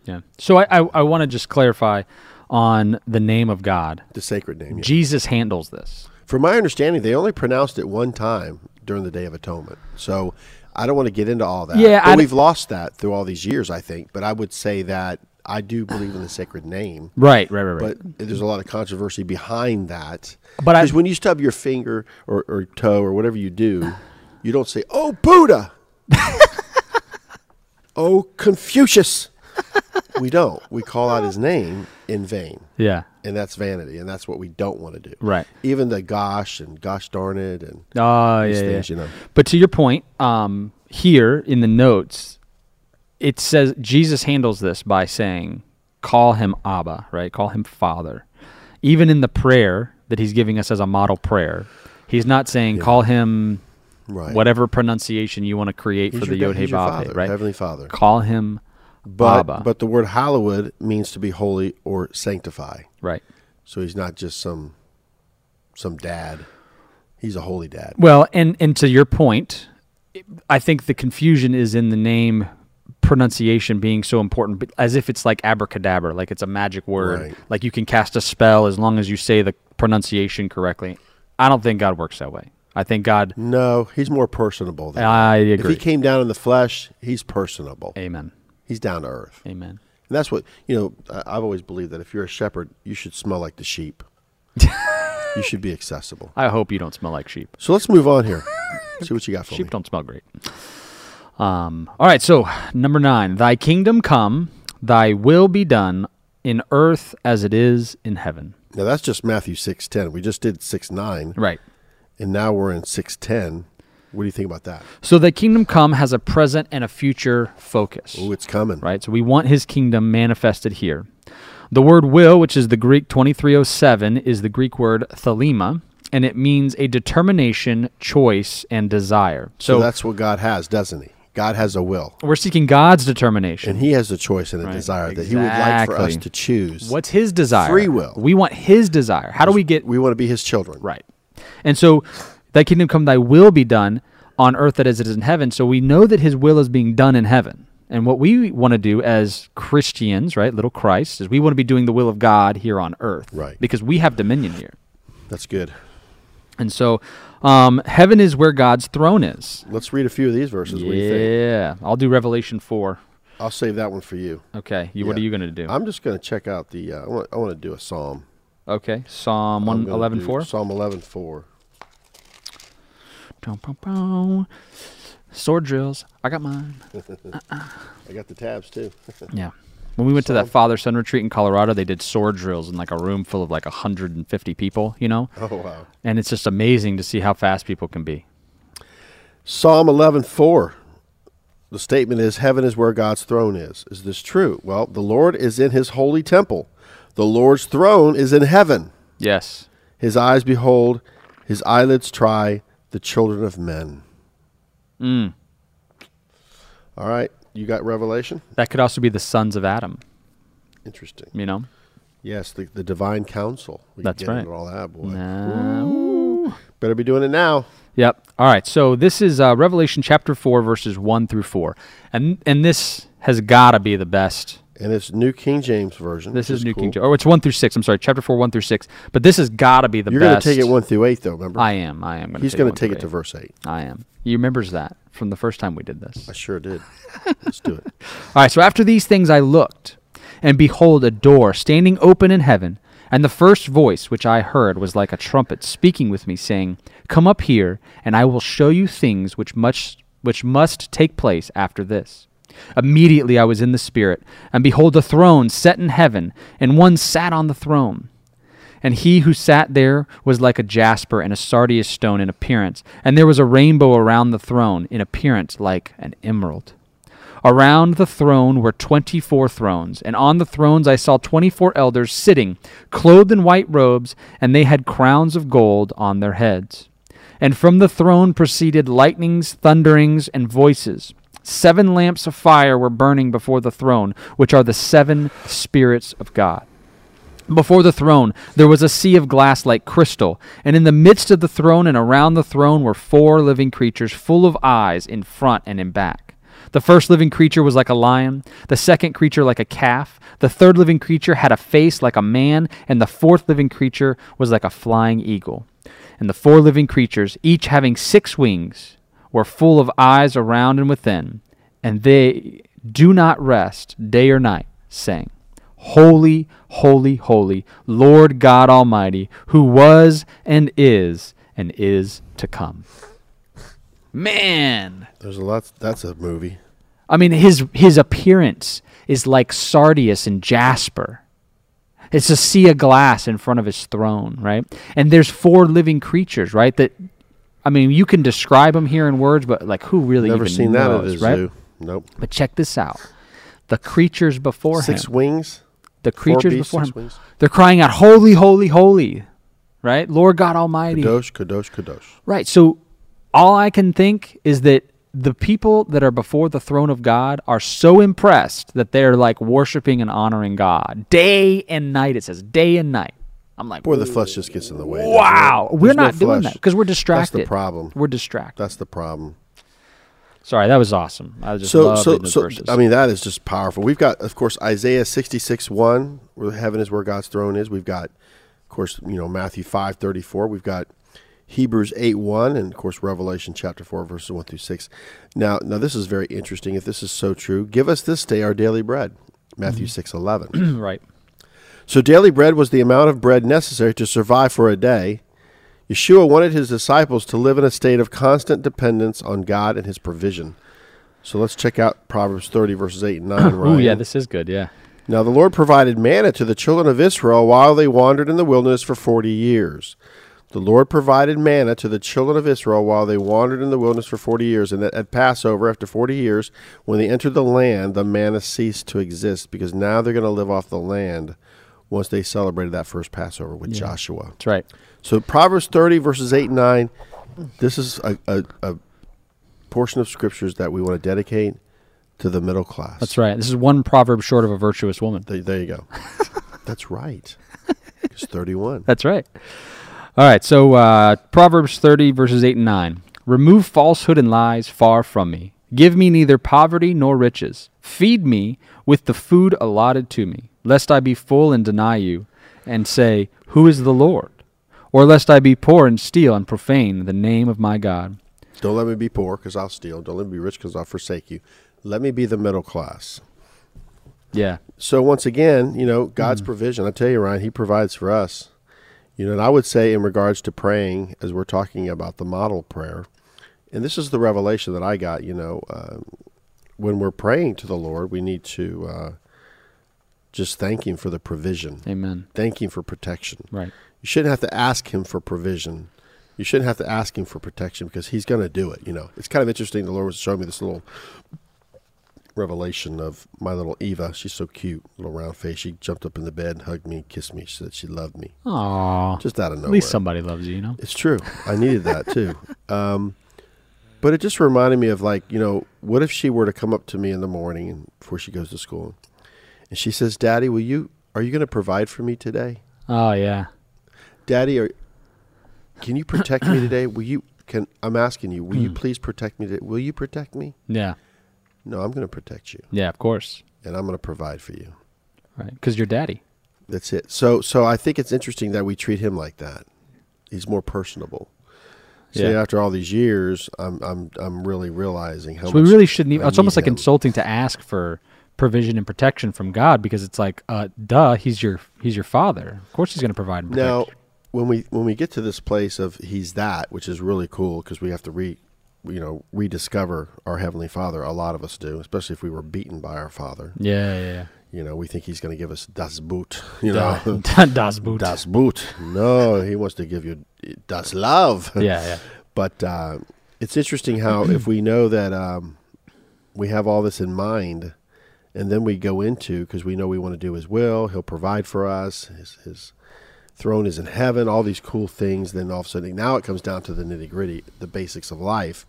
[SPEAKER 2] Yeah. So I, I, I want to just clarify on the name of God.
[SPEAKER 3] The sacred name. yeah.
[SPEAKER 2] Jesus handles this.
[SPEAKER 3] From my understanding, they only pronounced it one time during the Day of Atonement. So I don't want to get into all that.
[SPEAKER 2] Yeah,
[SPEAKER 3] But
[SPEAKER 2] I d-
[SPEAKER 3] we've lost that through all these years, I think. But I would say that I do believe in the sacred name.
[SPEAKER 2] Right, right, right, right.
[SPEAKER 3] But there's a lot of controversy behind that.
[SPEAKER 2] But I-
[SPEAKER 3] because when you stub your finger or, or toe or whatever you do, you don't say, "Oh Buddha," "Oh Confucius." we don't. We call out his name in vain
[SPEAKER 2] yeah.
[SPEAKER 3] and that's vanity, and that's what we don't want to do.
[SPEAKER 2] Right.
[SPEAKER 3] Even the gosh and gosh darn it and
[SPEAKER 2] Oh, yeah,
[SPEAKER 3] these
[SPEAKER 2] yeah.
[SPEAKER 3] things, you know.
[SPEAKER 2] But to your point, um, here in the notes, it says Jesus handles this by saying, call him Abba, right? Call him Father. Even in the prayer that he's giving us as a model prayer, he's not saying, call him
[SPEAKER 3] Right.
[SPEAKER 2] whatever pronunciation you want to create
[SPEAKER 3] He's
[SPEAKER 2] for the
[SPEAKER 3] your
[SPEAKER 2] Yod
[SPEAKER 3] God-
[SPEAKER 2] Hey
[SPEAKER 3] he's your
[SPEAKER 2] Vav Hey,
[SPEAKER 3] Father,
[SPEAKER 2] right?
[SPEAKER 3] Heavenly Father.
[SPEAKER 2] Call him
[SPEAKER 3] But
[SPEAKER 2] Abba.
[SPEAKER 3] but the word hallowed means to be holy or sanctify.
[SPEAKER 2] right.
[SPEAKER 3] So he's not just some some dad. He's a holy dad.
[SPEAKER 2] Well, and and to your point, I think the confusion is in the name pronunciation being so important but as if it's like abracadabra like it's a magic word
[SPEAKER 3] Right.
[SPEAKER 2] like you can cast a spell as long as you say the pronunciation correctly i don't think god works that way i think god
[SPEAKER 3] No, he's more personable than
[SPEAKER 2] i
[SPEAKER 3] that. if he
[SPEAKER 2] agree
[SPEAKER 3] came down in the flesh, he's personable.
[SPEAKER 2] amen
[SPEAKER 3] He's down to earth.
[SPEAKER 2] amen
[SPEAKER 3] And that's what you know. I- I've always believed that if you're a shepherd, you should smell like the sheep. you should be accessible.
[SPEAKER 2] i hope you don't smell like sheep
[SPEAKER 3] So let's move on here. See what you got for
[SPEAKER 2] sheep
[SPEAKER 3] me.
[SPEAKER 2] don't smell great um all right so number 9 thy kingdom come thy will be done in earth as it is in heaven
[SPEAKER 3] Now that's just Matthew six ten. We just did six nine,
[SPEAKER 2] right
[SPEAKER 3] and now we're in six ten. What do you think about that?
[SPEAKER 2] So the kingdom come has a present and a future focus,
[SPEAKER 3] Oh, it's coming.
[SPEAKER 2] right? So we want his kingdom manifested here. The word will, which is the Greek 2307, is the Greek word thelema, and it means a determination, choice, and desire. So,
[SPEAKER 3] So that's what God has, doesn't He? God has a will,
[SPEAKER 2] we're seeking God's determination.
[SPEAKER 3] and He has a choice and a desire that He would like for us
[SPEAKER 2] Exactly.
[SPEAKER 3] to choose.
[SPEAKER 2] What's his desire?
[SPEAKER 3] Free will.
[SPEAKER 2] We want his desire. How do we get
[SPEAKER 3] we want to be His children.
[SPEAKER 2] Right. And so, thy kingdom come, thy will be done on earth as it is in heaven. So we know that his will is being done in heaven. And what we want to do as Christians, right, little Christ, is we want to be doing the will of God here on earth.
[SPEAKER 3] Right.
[SPEAKER 2] Because we have dominion here.
[SPEAKER 3] That's good.
[SPEAKER 2] And so, um, heaven is where God's throne is.
[SPEAKER 3] Let's read a few of these verses. What do you think?
[SPEAKER 2] Yeah. I'll do Revelation 4.
[SPEAKER 3] I'll save that one for you.
[SPEAKER 2] Okay. You, What
[SPEAKER 3] Yeah.
[SPEAKER 2] are you going to do?
[SPEAKER 3] I'm just going to check out the. Uh, I, want, I want to do a psalm.
[SPEAKER 2] Okay. Psalm
[SPEAKER 3] I'm
[SPEAKER 2] one
[SPEAKER 3] gonna
[SPEAKER 2] eleven
[SPEAKER 3] do
[SPEAKER 2] four.
[SPEAKER 3] Psalm eleven four.
[SPEAKER 2] Dum, bum, bum. Sword drills. I got mine.
[SPEAKER 3] I got the tabs too.
[SPEAKER 2] Yeah. When we went to that father son retreat in Colorado, they did sword drills in like a room full of like 150 people, you know?
[SPEAKER 3] oh wow.
[SPEAKER 2] And it's just amazing to see how fast people can be.
[SPEAKER 3] Psalm eleven four. The statement is heaven is where God's throne is. Is this true? Well, the Lord is in his holy temple. The Lord's throne is in heaven.
[SPEAKER 2] Yes.
[SPEAKER 3] His eyes behold, his eyelids try the children of men.
[SPEAKER 2] Mm.
[SPEAKER 3] All right, you got Revelation?
[SPEAKER 2] That could also be the sons of Adam,
[SPEAKER 3] Interesting.
[SPEAKER 2] you know?
[SPEAKER 3] Yes, the, the divine council. We could
[SPEAKER 2] That's
[SPEAKER 3] get
[SPEAKER 2] right.
[SPEAKER 3] into all that, boy.
[SPEAKER 2] Nah.
[SPEAKER 3] Better be doing it now.
[SPEAKER 2] Yep. All right. So this is uh, Revelation chapter 4, verses 1 through 4. And and this has got to be the best.
[SPEAKER 3] And it's New King James Version.
[SPEAKER 2] This
[SPEAKER 3] which
[SPEAKER 2] is New
[SPEAKER 3] cool.
[SPEAKER 2] King James. Oh, it's 1 through 6. I'm sorry. Chapter 4, 1 through 6. But this has got to be the
[SPEAKER 3] You're going to
[SPEAKER 2] best.
[SPEAKER 3] take it 1 through 8, though, remember?
[SPEAKER 2] I am. I am. Gonna
[SPEAKER 3] He's going
[SPEAKER 2] one
[SPEAKER 3] to take
[SPEAKER 2] through
[SPEAKER 3] it to
[SPEAKER 2] eight.
[SPEAKER 3] verse 8.
[SPEAKER 2] I am. He remembers that from the first time we did this.
[SPEAKER 3] I sure did. Let's do it.
[SPEAKER 2] All right, so after these things I looked, and behold, a door standing open in heaven. And the first voice which I heard was like a trumpet speaking with me, saying, Come up here, and I will show you things which much which must take place after this. Immediately I was in the spirit, and behold a throne set in heaven, and one sat on the throne. And he who sat there was like a jasper and a sardius stone in appearance, and there was a rainbow around the throne in appearance like an emerald. Around the throne were twenty four thrones, and on the thrones I saw twenty four elders sitting, clothed in white robes, and they had crowns of gold on their heads. And from the throne proceeded lightnings, thunderings, and voices. Seven lamps of fire were burning before the throne, which are the seven spirits of God. Before the throne, there was a sea of glass like crystal, and in the midst of the throne and around the throne were four living creatures full of eyes in front and in back. The first living creature was like a lion, the second creature like a calf, the third living creature had a face like a man, and the fourth living creature was like a flying eagle. And the four living creatures, each having six wings, were full of eyes around and within, and they do not rest day or night, saying, Holy, holy, holy, Lord God Almighty, who was and is and is to come. Man,
[SPEAKER 3] There's a lot. That's a movie.
[SPEAKER 2] I mean his his appearance is like sardius and jasper. It's a sea of glass in front of his throne, right? And there's four living creatures, right? That I mean, you can describe them here in words, but like who really
[SPEAKER 3] Never
[SPEAKER 2] even
[SPEAKER 3] seen that
[SPEAKER 2] knows,
[SPEAKER 3] at a
[SPEAKER 2] right?
[SPEAKER 3] zoo. Nope.
[SPEAKER 2] But check this out. The creatures before him
[SPEAKER 3] Six wings.
[SPEAKER 2] the
[SPEAKER 3] Four
[SPEAKER 2] creatures
[SPEAKER 3] beasts,
[SPEAKER 2] before him.
[SPEAKER 3] six wings.
[SPEAKER 2] They're crying out, "Holy, holy, holy!" Right, Lord God Almighty.
[SPEAKER 3] Kadosh, kadosh, kadosh.
[SPEAKER 2] Right. So, all I can think is that the people that are before the throne of God are so impressed that they're like worshiping and honoring God day and night. It says day and night. I'm like,
[SPEAKER 3] Boy, the flesh just gets in the way. doesn't it?
[SPEAKER 2] wow, we're
[SPEAKER 3] There's no
[SPEAKER 2] not doing that
[SPEAKER 3] flesh.
[SPEAKER 2] because we're
[SPEAKER 3] That's
[SPEAKER 2] distracted.
[SPEAKER 3] the problem.
[SPEAKER 2] We're distracted.
[SPEAKER 3] That's the problem.
[SPEAKER 2] Sorry, that was awesome. I just
[SPEAKER 3] So,
[SPEAKER 2] love
[SPEAKER 3] so,
[SPEAKER 2] reading those
[SPEAKER 3] so,
[SPEAKER 2] verses.
[SPEAKER 3] I mean, that is just powerful. We've got, of course, Isaiah 66, 1, where heaven is where God's throne is. We've got, of course, you know, Matthew 5, 34. We've got Hebrews 8, 1, and, of course, Revelation chapter 4, verses 1 through 6. Now, now this is very interesting. If this is so true, give us this day our daily bread,
[SPEAKER 2] Mm-hmm.
[SPEAKER 3] Matthew six eleven.
[SPEAKER 2] right.
[SPEAKER 3] So daily bread was the amount of bread necessary to survive for a day. Yeshua wanted his disciples to live in a state of constant dependence on God and his provision. So let's check out Proverbs 30, verses 8 and 9.
[SPEAKER 2] Oh
[SPEAKER 3] Ryan.
[SPEAKER 2] yeah, this is good. Yeah.
[SPEAKER 3] now the Lord provided manna to the children of Israel while they wandered in the wilderness for 40 years. The Lord provided manna to the children of Israel while they wandered in the wilderness for 40 years. And at- at Passover, after 40 years, when they entered the land, the manna ceased to exist because now they're going to live off the land once they celebrated that first Passover with Joshua.
[SPEAKER 2] That's right.
[SPEAKER 3] So Proverbs 30, verses 8 and 9, this is a, a, a portion of scriptures that we want to dedicate to the middle class.
[SPEAKER 2] That's right. This is one proverb short of a virtuous woman.
[SPEAKER 3] There, there you go. That's right. It's 31.
[SPEAKER 2] That's right. All right. So uh, Proverbs 30, verses 8 and 9. Remove falsehood and lies far from me. Give me neither poverty nor riches. Feed me with the food allotted to me, lest I be full and deny you, and say, Who is the Lord? Or lest I be poor and steal and profane the name of my God.
[SPEAKER 3] Don't let me be poor because I'll steal. Don't let me be rich because I'll forsake you. Let me be the middle class.
[SPEAKER 2] Yeah.
[SPEAKER 3] So once again, you know, God's provision. I tell you, Ryan, He provides for us. You know, and I would say, in regards to praying, as we're talking about the model prayer, and this is the revelation that I got, you know, uh, when we're praying to the Lord, we need to uh, just thank Him for the provision,
[SPEAKER 2] Amen.
[SPEAKER 3] thank Him for protection.
[SPEAKER 2] Right.
[SPEAKER 3] You shouldn't have to ask Him for provision. You shouldn't have to ask Him for protection because He's going to do it. You know, it's kind of interesting. The Lord was showing me this little revelation of my little Eva. She's so cute, little round face. She jumped up in the bed, hugged me, kissed me. She said she loved me
[SPEAKER 2] Aw.
[SPEAKER 3] just out of nowhere.
[SPEAKER 2] At least somebody loves you, you know?
[SPEAKER 3] It's true. I needed that too. Um, but it just reminded me of like, you know, what if she were to come up to me in the morning and before she goes to school and she says, Daddy, will you, are you going to provide for me today?
[SPEAKER 2] Oh, yeah.
[SPEAKER 3] Daddy, are, can you protect me today? Will you, can, I'm asking you, will you
[SPEAKER 2] Hmm.
[SPEAKER 3] please protect me today? Will you protect me?
[SPEAKER 2] Yeah.
[SPEAKER 3] No, I'm going to protect you
[SPEAKER 2] Yeah, of course.
[SPEAKER 3] and I'm going to provide for you.
[SPEAKER 2] Right. Because you're daddy.
[SPEAKER 3] That's it. So, so I think it's interesting that we treat him like that. He's more personable. See,
[SPEAKER 2] Yeah.
[SPEAKER 3] after all these years, I'm, I'm, I'm really realizing how
[SPEAKER 2] So we
[SPEAKER 3] much
[SPEAKER 2] really shouldn't even.
[SPEAKER 3] I
[SPEAKER 2] It's almost
[SPEAKER 3] need
[SPEAKER 2] like
[SPEAKER 3] him.
[SPEAKER 2] insulting to ask for provision and protection from God because it's like, uh, duh, he's your he's your father. Of course, he's going to provide and protect.
[SPEAKER 3] Now, when we when we get to this place of he's that, which is really cool because we have to re, you know, rediscover our heavenly Father. A lot of us do, especially if we were beaten by our Father.
[SPEAKER 2] yeah, yeah,
[SPEAKER 3] You know, we think he's going to give us das Boot. You
[SPEAKER 2] yeah.
[SPEAKER 3] know,
[SPEAKER 2] Da- das Boot.
[SPEAKER 3] das Boot. No, he wants to give you das Love.
[SPEAKER 2] Yeah, yeah.
[SPEAKER 3] But uh, it's interesting how if we know that um, we have all this in mind, and then we go into because we know we want to do His will, He'll provide for us. His, his throne is in heaven. All these cool things. Then all of a sudden, now it comes down to the nitty gritty, the basics of life,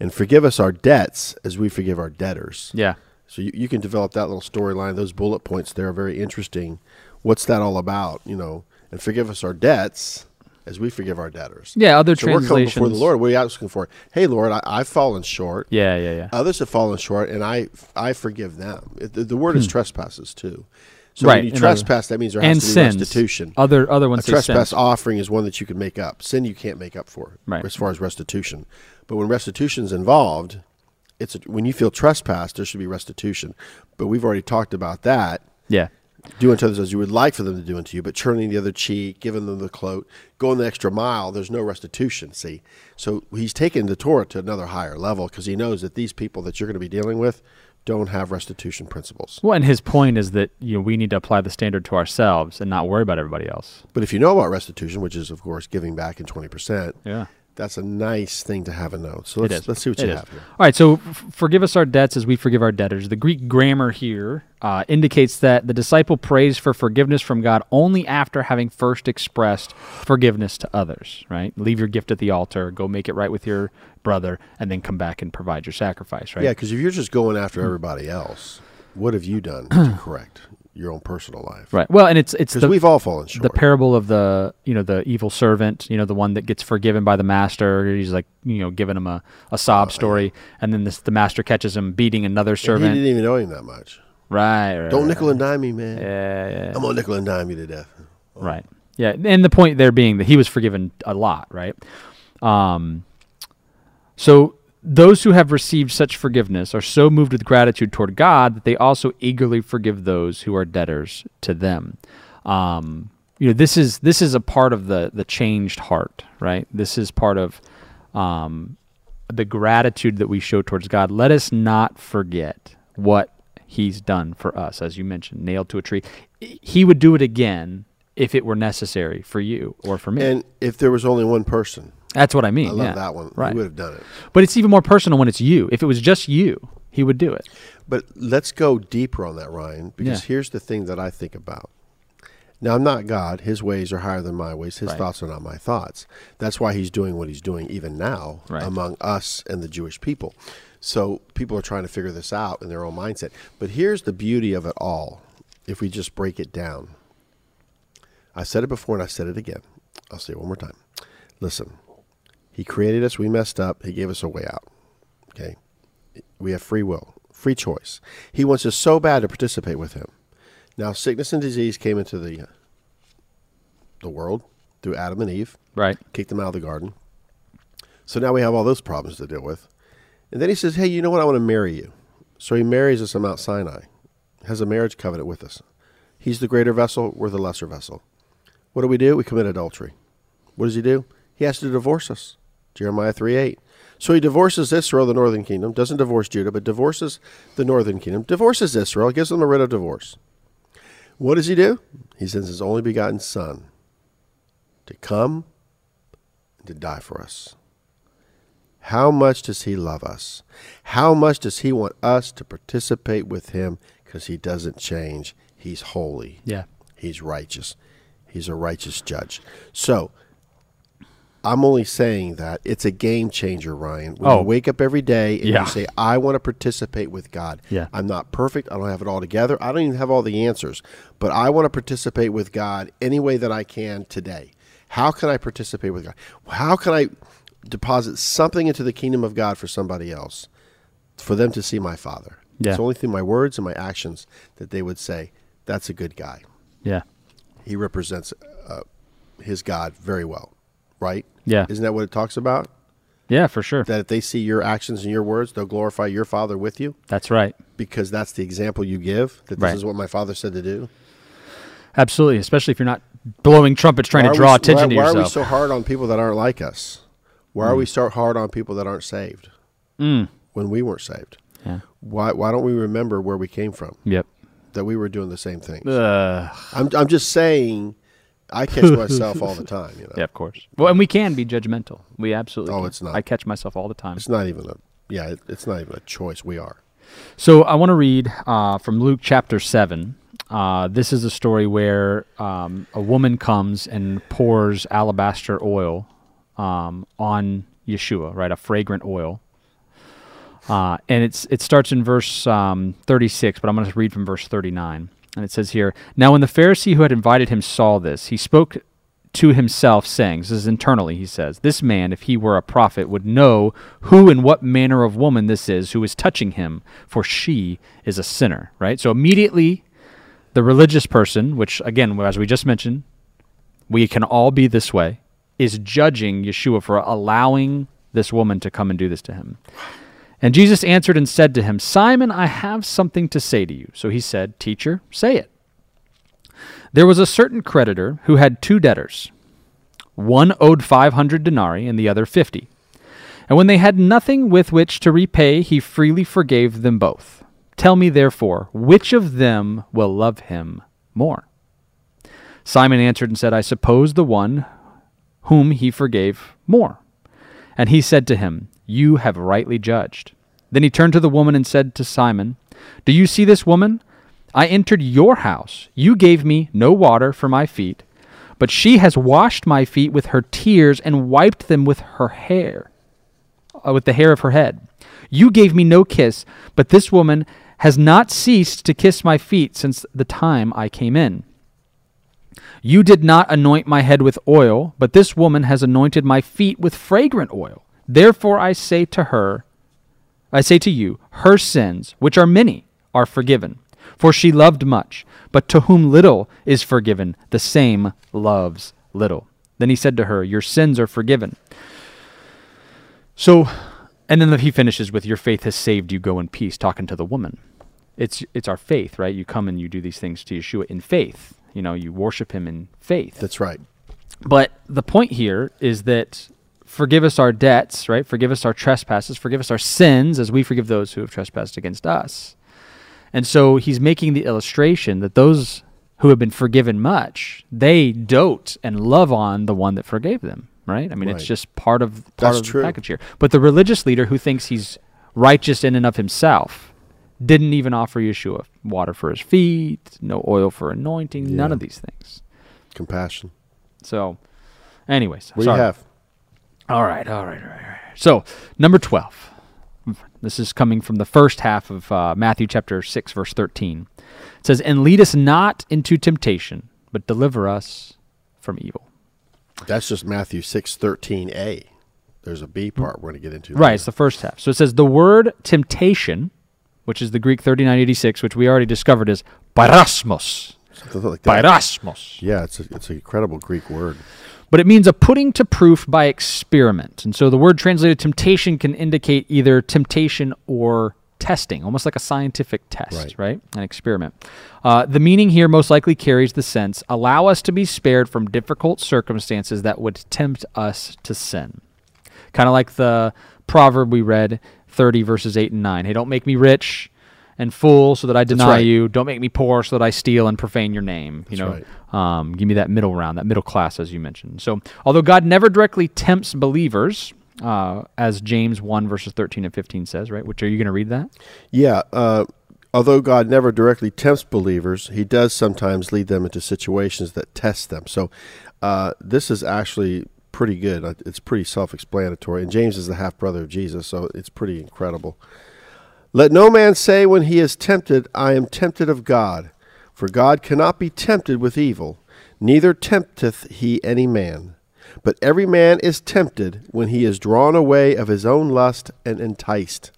[SPEAKER 3] and forgive us our debts as we forgive our debtors.
[SPEAKER 2] Yeah.
[SPEAKER 3] So you, you can develop that little storyline. Those bullet points there are very interesting. What's that all about? You know, and forgive us our debts as we forgive our debtors.
[SPEAKER 2] Yeah, other
[SPEAKER 3] So we're coming
[SPEAKER 2] translations.
[SPEAKER 3] before the Lord. What are you asking for? Hey, Lord, I, I've fallen short.
[SPEAKER 2] Yeah, yeah, yeah.
[SPEAKER 3] Others have fallen short, and I I forgive them. It- The, the word is trespasses too. So
[SPEAKER 2] Hmm. Right,
[SPEAKER 3] when you
[SPEAKER 2] in other-
[SPEAKER 3] trespass, that means there has
[SPEAKER 2] and
[SPEAKER 3] to be
[SPEAKER 2] sins.
[SPEAKER 3] restitution.
[SPEAKER 2] Other other
[SPEAKER 3] A
[SPEAKER 2] ones say
[SPEAKER 3] trespass
[SPEAKER 2] sins.
[SPEAKER 3] offering is one that you can make up. Sin you can't make up for,
[SPEAKER 2] Right.
[SPEAKER 3] as far as restitution. But when restitution's involved, it's a, when you feel trespassed, there should be restitution. But we've already talked about that.
[SPEAKER 2] Yeah.
[SPEAKER 3] Do unto others as you would like for them to do unto you, but turning the other cheek, giving them the cloak, going the extra mile, there's no restitution, see? So he's taken the Torah to another higher level because he knows that these people that you're going to be dealing with don't have restitution principles.
[SPEAKER 2] Well, and his point is that you know we need to apply the standard to ourselves and not worry about everybody else.
[SPEAKER 3] But if you know about restitution, which is, of course, giving back in 20%,
[SPEAKER 2] Yeah.
[SPEAKER 3] that's a nice thing to have a note. So
[SPEAKER 2] It
[SPEAKER 3] let's,
[SPEAKER 2] is.
[SPEAKER 3] let's see what
[SPEAKER 2] It
[SPEAKER 3] you
[SPEAKER 2] is.
[SPEAKER 3] have here.
[SPEAKER 2] All right, so f- forgive us our debts as we forgive our debtors. The Greek grammar here uh, indicates that the disciple prays for forgiveness from God only after having first expressed forgiveness to others, right? Leave your gift at the altar, go make it right with your brother, and then come back and provide your sacrifice, right? Hmm.
[SPEAKER 3] Yeah, because if you're just going after everybody else, what have you done to correct your own personal life?
[SPEAKER 2] Right. Well, and it's it's
[SPEAKER 3] Because
[SPEAKER 2] the
[SPEAKER 3] we've all fallen short.
[SPEAKER 2] the parable of the you know the evil servant you know the one that gets forgiven by the master he's like you know giving him a, a sob story and then this the master catches him beating another
[SPEAKER 3] Oh, he
[SPEAKER 2] servant
[SPEAKER 3] didn't even know him that much.
[SPEAKER 2] right, right
[SPEAKER 3] Don't
[SPEAKER 2] right.
[SPEAKER 3] nickel and dime me, man.
[SPEAKER 2] yeah, yeah,
[SPEAKER 3] I'm gonna nickel and dime you to death.
[SPEAKER 2] Right. Yeah, and the point there being that he was forgiven a lot, right? Um, so those who have received such forgiveness are so moved with gratitude toward God that they also eagerly forgive those who are debtors to them. Um, you know, this is this is a part of the the changed heart, right? This is part of um, the gratitude that we show towards God. Let us not forget what He's done for us, as you mentioned, nailed to a tree. He would do it again if it were necessary for you or for me.
[SPEAKER 3] And if there was only one person,
[SPEAKER 2] That's what I mean.
[SPEAKER 3] I love
[SPEAKER 2] yeah.
[SPEAKER 3] that one.
[SPEAKER 2] Right.
[SPEAKER 3] He would have done it.
[SPEAKER 2] But it's even more personal when it's you. If it was just you, he would do it.
[SPEAKER 3] But let's go deeper on that, Ryan, because
[SPEAKER 2] Yeah.
[SPEAKER 3] here's the thing that I think about. Now I'm not God. His ways are higher than my ways. His
[SPEAKER 2] Right.
[SPEAKER 3] thoughts are not my thoughts. That's why he's doing what he's doing even now
[SPEAKER 2] Right.
[SPEAKER 3] among us and the Jewish people. So people are trying to figure this out in their own mindset. But here's the beauty of it all, if we just break it down. I said it before and I said it again. I'll say it one more time. Listen, he created us, we messed up, he gave us a way out. Okay. We have free will, free choice. He wants us so bad to participate with him. Now, sickness and disease came into the uh, the world through Adam and Eve,
[SPEAKER 2] Right.
[SPEAKER 3] kicked them out of the garden. So now we have all those problems to deal with. And then he says, "Hey, you know what? I want to marry you." So he marries us on Mount Sinai, has a marriage covenant with us. He's the greater vessel, we're the lesser vessel. What do we do? We commit adultery. What does he do? He has to divorce us. Jeremiah 3 8. So he divorces Israel, the northern kingdom, doesn't divorce Judah, but divorces the northern kingdom, divorces Israel, gives them a writ of divorce. What does he do? He sends his only begotten son to come and to die for us. How much does he love us? How much does he want us to participate with him? Because he doesn't change. He's holy.
[SPEAKER 2] Yeah.
[SPEAKER 3] He's righteous. He's a righteous judge. So I'm only saying that it's a game changer, Ryan. When
[SPEAKER 2] Oh.
[SPEAKER 3] you wake up every day and
[SPEAKER 2] Yeah.
[SPEAKER 3] you say, I want to participate with God.
[SPEAKER 2] Yeah.
[SPEAKER 3] I'm not perfect. I don't have it all together. I don't even have all the answers, but I want to participate with God any way that I can today. How can I participate with God? How can I deposit something into the kingdom of God for somebody else? for them to see my father.
[SPEAKER 2] Yeah.
[SPEAKER 3] It's only through my words and my actions that they would say, "That's a good guy.
[SPEAKER 2] Yeah.
[SPEAKER 3] He represents uh, his God very well." Right?
[SPEAKER 2] Yeah.
[SPEAKER 3] Isn't that what it talks about?
[SPEAKER 2] Yeah, for sure.
[SPEAKER 3] That if they see your actions and your words, they'll glorify your father with you
[SPEAKER 2] That's right.
[SPEAKER 3] because that's the example you give. That this
[SPEAKER 2] Right.
[SPEAKER 3] is what my father said to do.
[SPEAKER 2] Absolutely, especially if you're not blowing trumpets trying
[SPEAKER 3] Why
[SPEAKER 2] to
[SPEAKER 3] are
[SPEAKER 2] draw
[SPEAKER 3] we-
[SPEAKER 2] attention
[SPEAKER 3] why,
[SPEAKER 2] to
[SPEAKER 3] why
[SPEAKER 2] yourself. Hmm.
[SPEAKER 3] are we so hard on people that aren't like us? Why are we so hard on people that aren't saved when we weren't saved?
[SPEAKER 2] Yeah.
[SPEAKER 3] Why, why don't we remember where we came from?
[SPEAKER 2] yep.
[SPEAKER 3] That we were doing the same things.
[SPEAKER 2] Uh,
[SPEAKER 3] I'm, I'm just saying, I catch myself all the time. You know,
[SPEAKER 2] yeah, of course. Well, and we can be judgmental. We absolutely.
[SPEAKER 3] Oh,
[SPEAKER 2] can.
[SPEAKER 3] it's not.
[SPEAKER 2] I catch myself all the time.
[SPEAKER 3] it's not even a yeah, it, it's not even a choice. We are.
[SPEAKER 2] So I want to read uh, from Luke chapter 7. Uh, this is a story where um, a woman comes and pours alabaster oil um, on Yeshua, right? A fragrant oil. Uh, and it's it starts in verse um, 36, but I'm going to read from verse 39. And it says here, Now when the Pharisee who had invited him saw this, he spoke to himself, saying, This is internally, he says, This man, if he were a prophet, would know who and what manner of woman this is who is touching him, for she is a sinner. Right? So immediately, the religious person, which again, as we just mentioned, we can all be this way, is judging Yeshua for allowing this woman to come and do this to him. And Jesus answered and said to him, Simon, I have something to say to you. So he said, Teacher, say it. There was a certain creditor who had two debtors. One owed 500 denarii and the other 50. And when they had nothing with which to repay, he freely forgave them both. Tell me, therefore, which of them will love him more? Simon answered and said, I suppose the one whom he forgave more. And he said to him, You have rightly judged. Then he turned to the woman and said to Simon, Do you see this woman? I entered your house. You gave me no water for my feet, but she has washed my feet with her tears and wiped them with her hair, uh, with the hair of her head. You gave me no kiss, but this woman has not ceased to kiss my feet since the time I came in. You did not anoint my head with oil, but this woman has anointed my feet with fragrant oil. Therefore I say to her, I say to you, her sins, which are many, are forgiven, for she loved much, but to whom little is forgiven, the same loves little. Then he said to her, Your sins are forgiven. So, and then he finishes with, Your faith has saved you, go in peace, talking to the woman. It's, it's our faith, right? You come and you do these things to Yeshua in faith. You know, you worship him in faith.
[SPEAKER 3] That's right.
[SPEAKER 2] But the point here is that forgive us our debts, right? Forgive us our trespasses, forgive us our sins as we forgive those who have trespassed against us. And so he's making the illustration that those who have been forgiven much, they dote and love on the one that forgave them, right? I mean, it's
[SPEAKER 3] Right.
[SPEAKER 2] just part of part
[SPEAKER 3] That's
[SPEAKER 2] of
[SPEAKER 3] true.
[SPEAKER 2] the package here. But the religious leader who thinks he's righteous in and of himself didn't even offer Yeshua water for his feet, no oil for anointing, none of these things.
[SPEAKER 3] Compassion.
[SPEAKER 2] So, anyways,
[SPEAKER 3] What do
[SPEAKER 2] sorry.
[SPEAKER 3] you have?
[SPEAKER 2] All right, all right, all right, all right. So, number 12. This is coming from the first half of uh, Matthew chapter 6, verse 13. It says, And lead us not into temptation, but deliver us from evil.
[SPEAKER 3] That's just Matthew six thirteen a. There's a B part we're going to get into.
[SPEAKER 2] Right, it's the first half. So it says, The word temptation, which is the Greek 3986, which we already discovered is parasmos.
[SPEAKER 3] later. Something like that.
[SPEAKER 2] Parasmos.
[SPEAKER 3] Yeah, it's a, it's an incredible Greek word.
[SPEAKER 2] but it means a putting to proof by experiment. And so the word translated temptation can indicate either temptation or testing, almost like a scientific test,
[SPEAKER 3] Right.
[SPEAKER 2] right? An experiment. Uh, the meaning here most likely carries the sense allow us to be spared from difficult circumstances that would tempt us to sin. Kind of like the proverb we read, 30 verses 8 and 9. Hey, don't make me rich and full so that I deny
[SPEAKER 3] right.
[SPEAKER 2] you. Don't make me poor so that I steal and profane your name. You
[SPEAKER 3] That's
[SPEAKER 2] know,
[SPEAKER 3] right.
[SPEAKER 2] um, give me that middle round, that middle class, as you mentioned. So, although God never directly tempts believers, uh, as James 1, verses 13 and 15 says, right? Which are you going to read that?
[SPEAKER 3] Yeah. Uh, although God never directly tempts believers, He does sometimes lead them into situations that test them. So uh, this is actually pretty good. Uh, It's pretty self explanatory. And James is the half brother of Jesus, so it's pretty incredible. Let no man say when he is tempted, I am tempted of God. For God cannot be tempted with evil, neither tempteth he any man. But every man is tempted when he is drawn away of his own lust and enticed.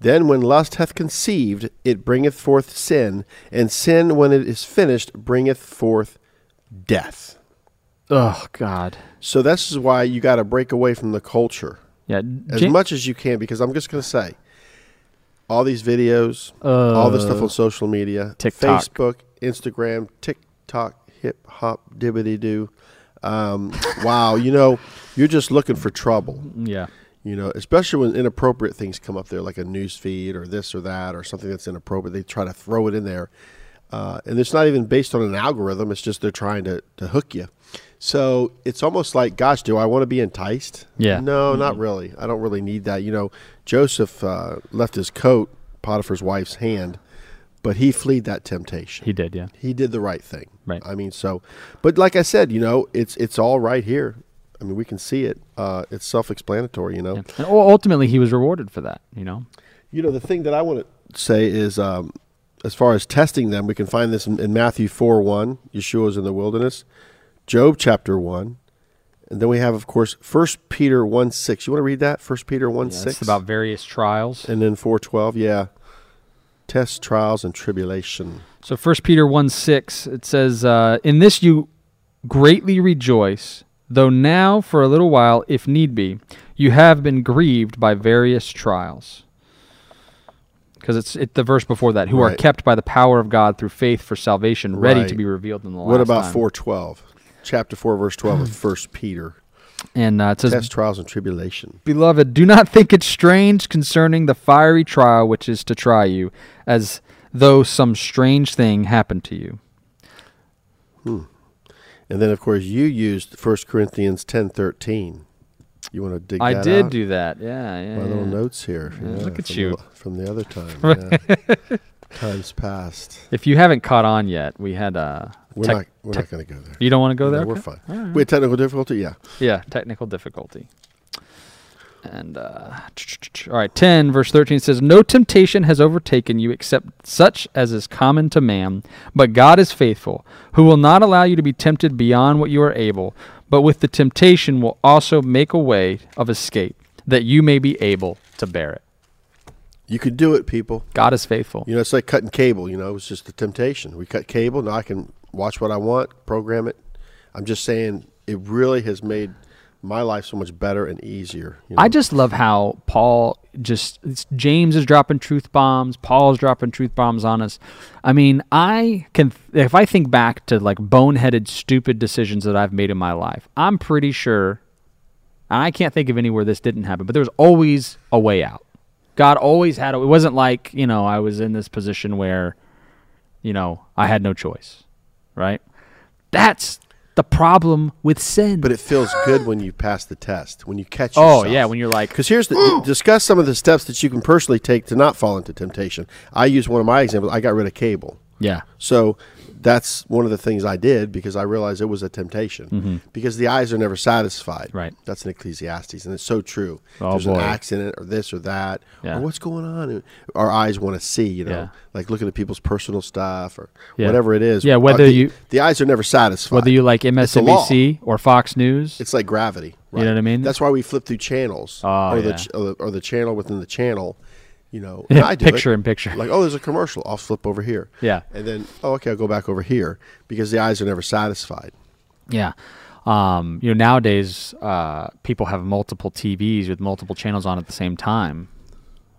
[SPEAKER 3] Then, when lust hath conceived, it bringeth forth sin, and sin, when it is finished, bringeth forth death.
[SPEAKER 2] Oh, God.
[SPEAKER 3] So, this is why you got to break away from the culture
[SPEAKER 2] Yeah.
[SPEAKER 3] as
[SPEAKER 2] Ja-
[SPEAKER 3] much as you can, because I'm just going to say all these videos, all this stuff on social media,
[SPEAKER 2] TikTok.
[SPEAKER 3] Facebook, Instagram, TikTok, hip hop, dibbity doo. Um, wow, you know, you're just looking for trouble.
[SPEAKER 2] yeah.
[SPEAKER 3] You know, especially when inappropriate things come up there, like a news feed or this or that or something that's inappropriate, they try to throw it in there, uh, and it's not even based on an algorithm. It's just they're trying to to hook you. So it's almost like, gosh, do I want to be enticed?
[SPEAKER 2] Yeah.
[SPEAKER 3] No, not really. I don't really need that. You know, Joseph uh, left his coat, Potiphar's wife's hand, but he fleed that temptation
[SPEAKER 2] He did, yeah.
[SPEAKER 3] he did the right thing.
[SPEAKER 2] Right.
[SPEAKER 3] I mean, so, but like I said, you know, it's it's all right here. I mean, we can see it. Uh, it's self-explanatory. You know.
[SPEAKER 2] And u- ultimately, he was rewarded for that, you know?
[SPEAKER 3] You know, the thing that I want to say is, um, as far as testing them, we can find this in, in Matthew four one. Yeshua's in the wilderness. Job chapter one, and then we have, of course, First Peter one six. You want to read that? First Peter one
[SPEAKER 2] Yeah,
[SPEAKER 3] six.
[SPEAKER 2] It's about various trials.
[SPEAKER 3] and then four twelve. Yeah. Tests, trials, and tribulation.
[SPEAKER 2] So First Peter 1 6, it says, uh, In this you greatly rejoice, though now for a little while, if need be, you have been grieved by various trials. Because it's it, the verse before that, who are
[SPEAKER 3] Right.
[SPEAKER 2] kept by the power of God through faith for salvation, ready to
[SPEAKER 3] Right.
[SPEAKER 2] be revealed in the last
[SPEAKER 3] What about
[SPEAKER 2] time.
[SPEAKER 3] four twelve? Chapter four, verse twelve of First Peter.
[SPEAKER 2] And uh, it says,
[SPEAKER 3] Test trials and tribulation.
[SPEAKER 2] Beloved, do not think it strange concerning the fiery trial which is to try you, as though some strange thing happened to you.
[SPEAKER 3] And then, of course, you used 1 Corinthians ten thirteen. You want to dig
[SPEAKER 2] I
[SPEAKER 3] that
[SPEAKER 2] did
[SPEAKER 3] out?
[SPEAKER 2] do that. Yeah, yeah.
[SPEAKER 3] My
[SPEAKER 2] yeah.
[SPEAKER 3] little notes here.
[SPEAKER 2] Yeah, look at
[SPEAKER 3] from
[SPEAKER 2] you.
[SPEAKER 3] The, from the other time. yeah. Time's past.
[SPEAKER 2] If you haven't caught on yet, we had uh,
[SPEAKER 3] We're
[SPEAKER 2] tec-
[SPEAKER 3] not, we're
[SPEAKER 2] tec-
[SPEAKER 3] not going to go there.
[SPEAKER 2] You don't want to go
[SPEAKER 3] No,
[SPEAKER 2] there.
[SPEAKER 3] we're
[SPEAKER 2] Okay.
[SPEAKER 3] fine. We had technical difficulty? Yeah.
[SPEAKER 2] Yeah, technical difficulty. And uh, all right, ten verse thirteen says, "No temptation has overtaken you except such as is common to man, but God is faithful, who will not allow you to be tempted beyond what you are able, but with the temptation will also make a way of escape that you may be able to bear it."
[SPEAKER 3] You could do it, people.
[SPEAKER 2] God is faithful.
[SPEAKER 3] You know, it's like cutting cable. You know, it's just the temptation. We cut cable. Now I can watch what I want, program it. I'm just saying it really has made my life so much better and easier. You know?
[SPEAKER 2] I just love how Paul just it's- James is dropping truth bombs, Paul's dropping truth bombs on us. I mean, I can if I think back to like boneheaded stupid decisions that I've made in my life. I'm pretty sure and I can't think of anywhere this didn't happen, but there was always a way out. God always had a, it wasn't like, you know, I was in this position where you know, I had no choice, right? That's the problem with sin.
[SPEAKER 3] But it feels good when you pass the test, when you catch
[SPEAKER 2] oh,
[SPEAKER 3] yourself.
[SPEAKER 2] yeah, when you're like
[SPEAKER 3] Because here's the discuss some of the steps that you can personally take to not fall into temptation. I use one of my examples. I got rid of cable,
[SPEAKER 2] yeah.
[SPEAKER 3] so that's one of the things I did because I realized it was a temptation. Because the eyes are never satisfied.
[SPEAKER 2] Mm-hmm. Right.
[SPEAKER 3] That's in Ecclesiastes, and it's so true.
[SPEAKER 2] Oh,
[SPEAKER 3] There's
[SPEAKER 2] boy.
[SPEAKER 3] an accident or this or that
[SPEAKER 2] Yeah.
[SPEAKER 3] or what's going on. Our eyes want to see, you know,
[SPEAKER 2] Yeah.
[SPEAKER 3] like looking at people's personal stuff or
[SPEAKER 2] Yeah.
[SPEAKER 3] whatever it is.
[SPEAKER 2] Yeah,
[SPEAKER 3] Uh,
[SPEAKER 2] whether
[SPEAKER 3] the-
[SPEAKER 2] you-
[SPEAKER 3] the eyes are never satisfied.
[SPEAKER 2] whether you like
[SPEAKER 3] a law.
[SPEAKER 2] MSNBC or Fox News.
[SPEAKER 3] It's like gravity. Right?
[SPEAKER 2] know what I mean?
[SPEAKER 3] That's why we flip through channels,
[SPEAKER 2] Oh,
[SPEAKER 3] or the
[SPEAKER 2] yeah.
[SPEAKER 3] ch- or the or the channel within the channel. You know, and I do it.
[SPEAKER 2] Picture in picture.
[SPEAKER 3] Like, oh, there's a commercial. I'll flip over here.
[SPEAKER 2] Yeah.
[SPEAKER 3] and then oh, okay, I'll go back over here because the eyes are never satisfied.
[SPEAKER 2] yeah. Um, you know, nowadays uh, people have multiple TVs with multiple channels on at the same time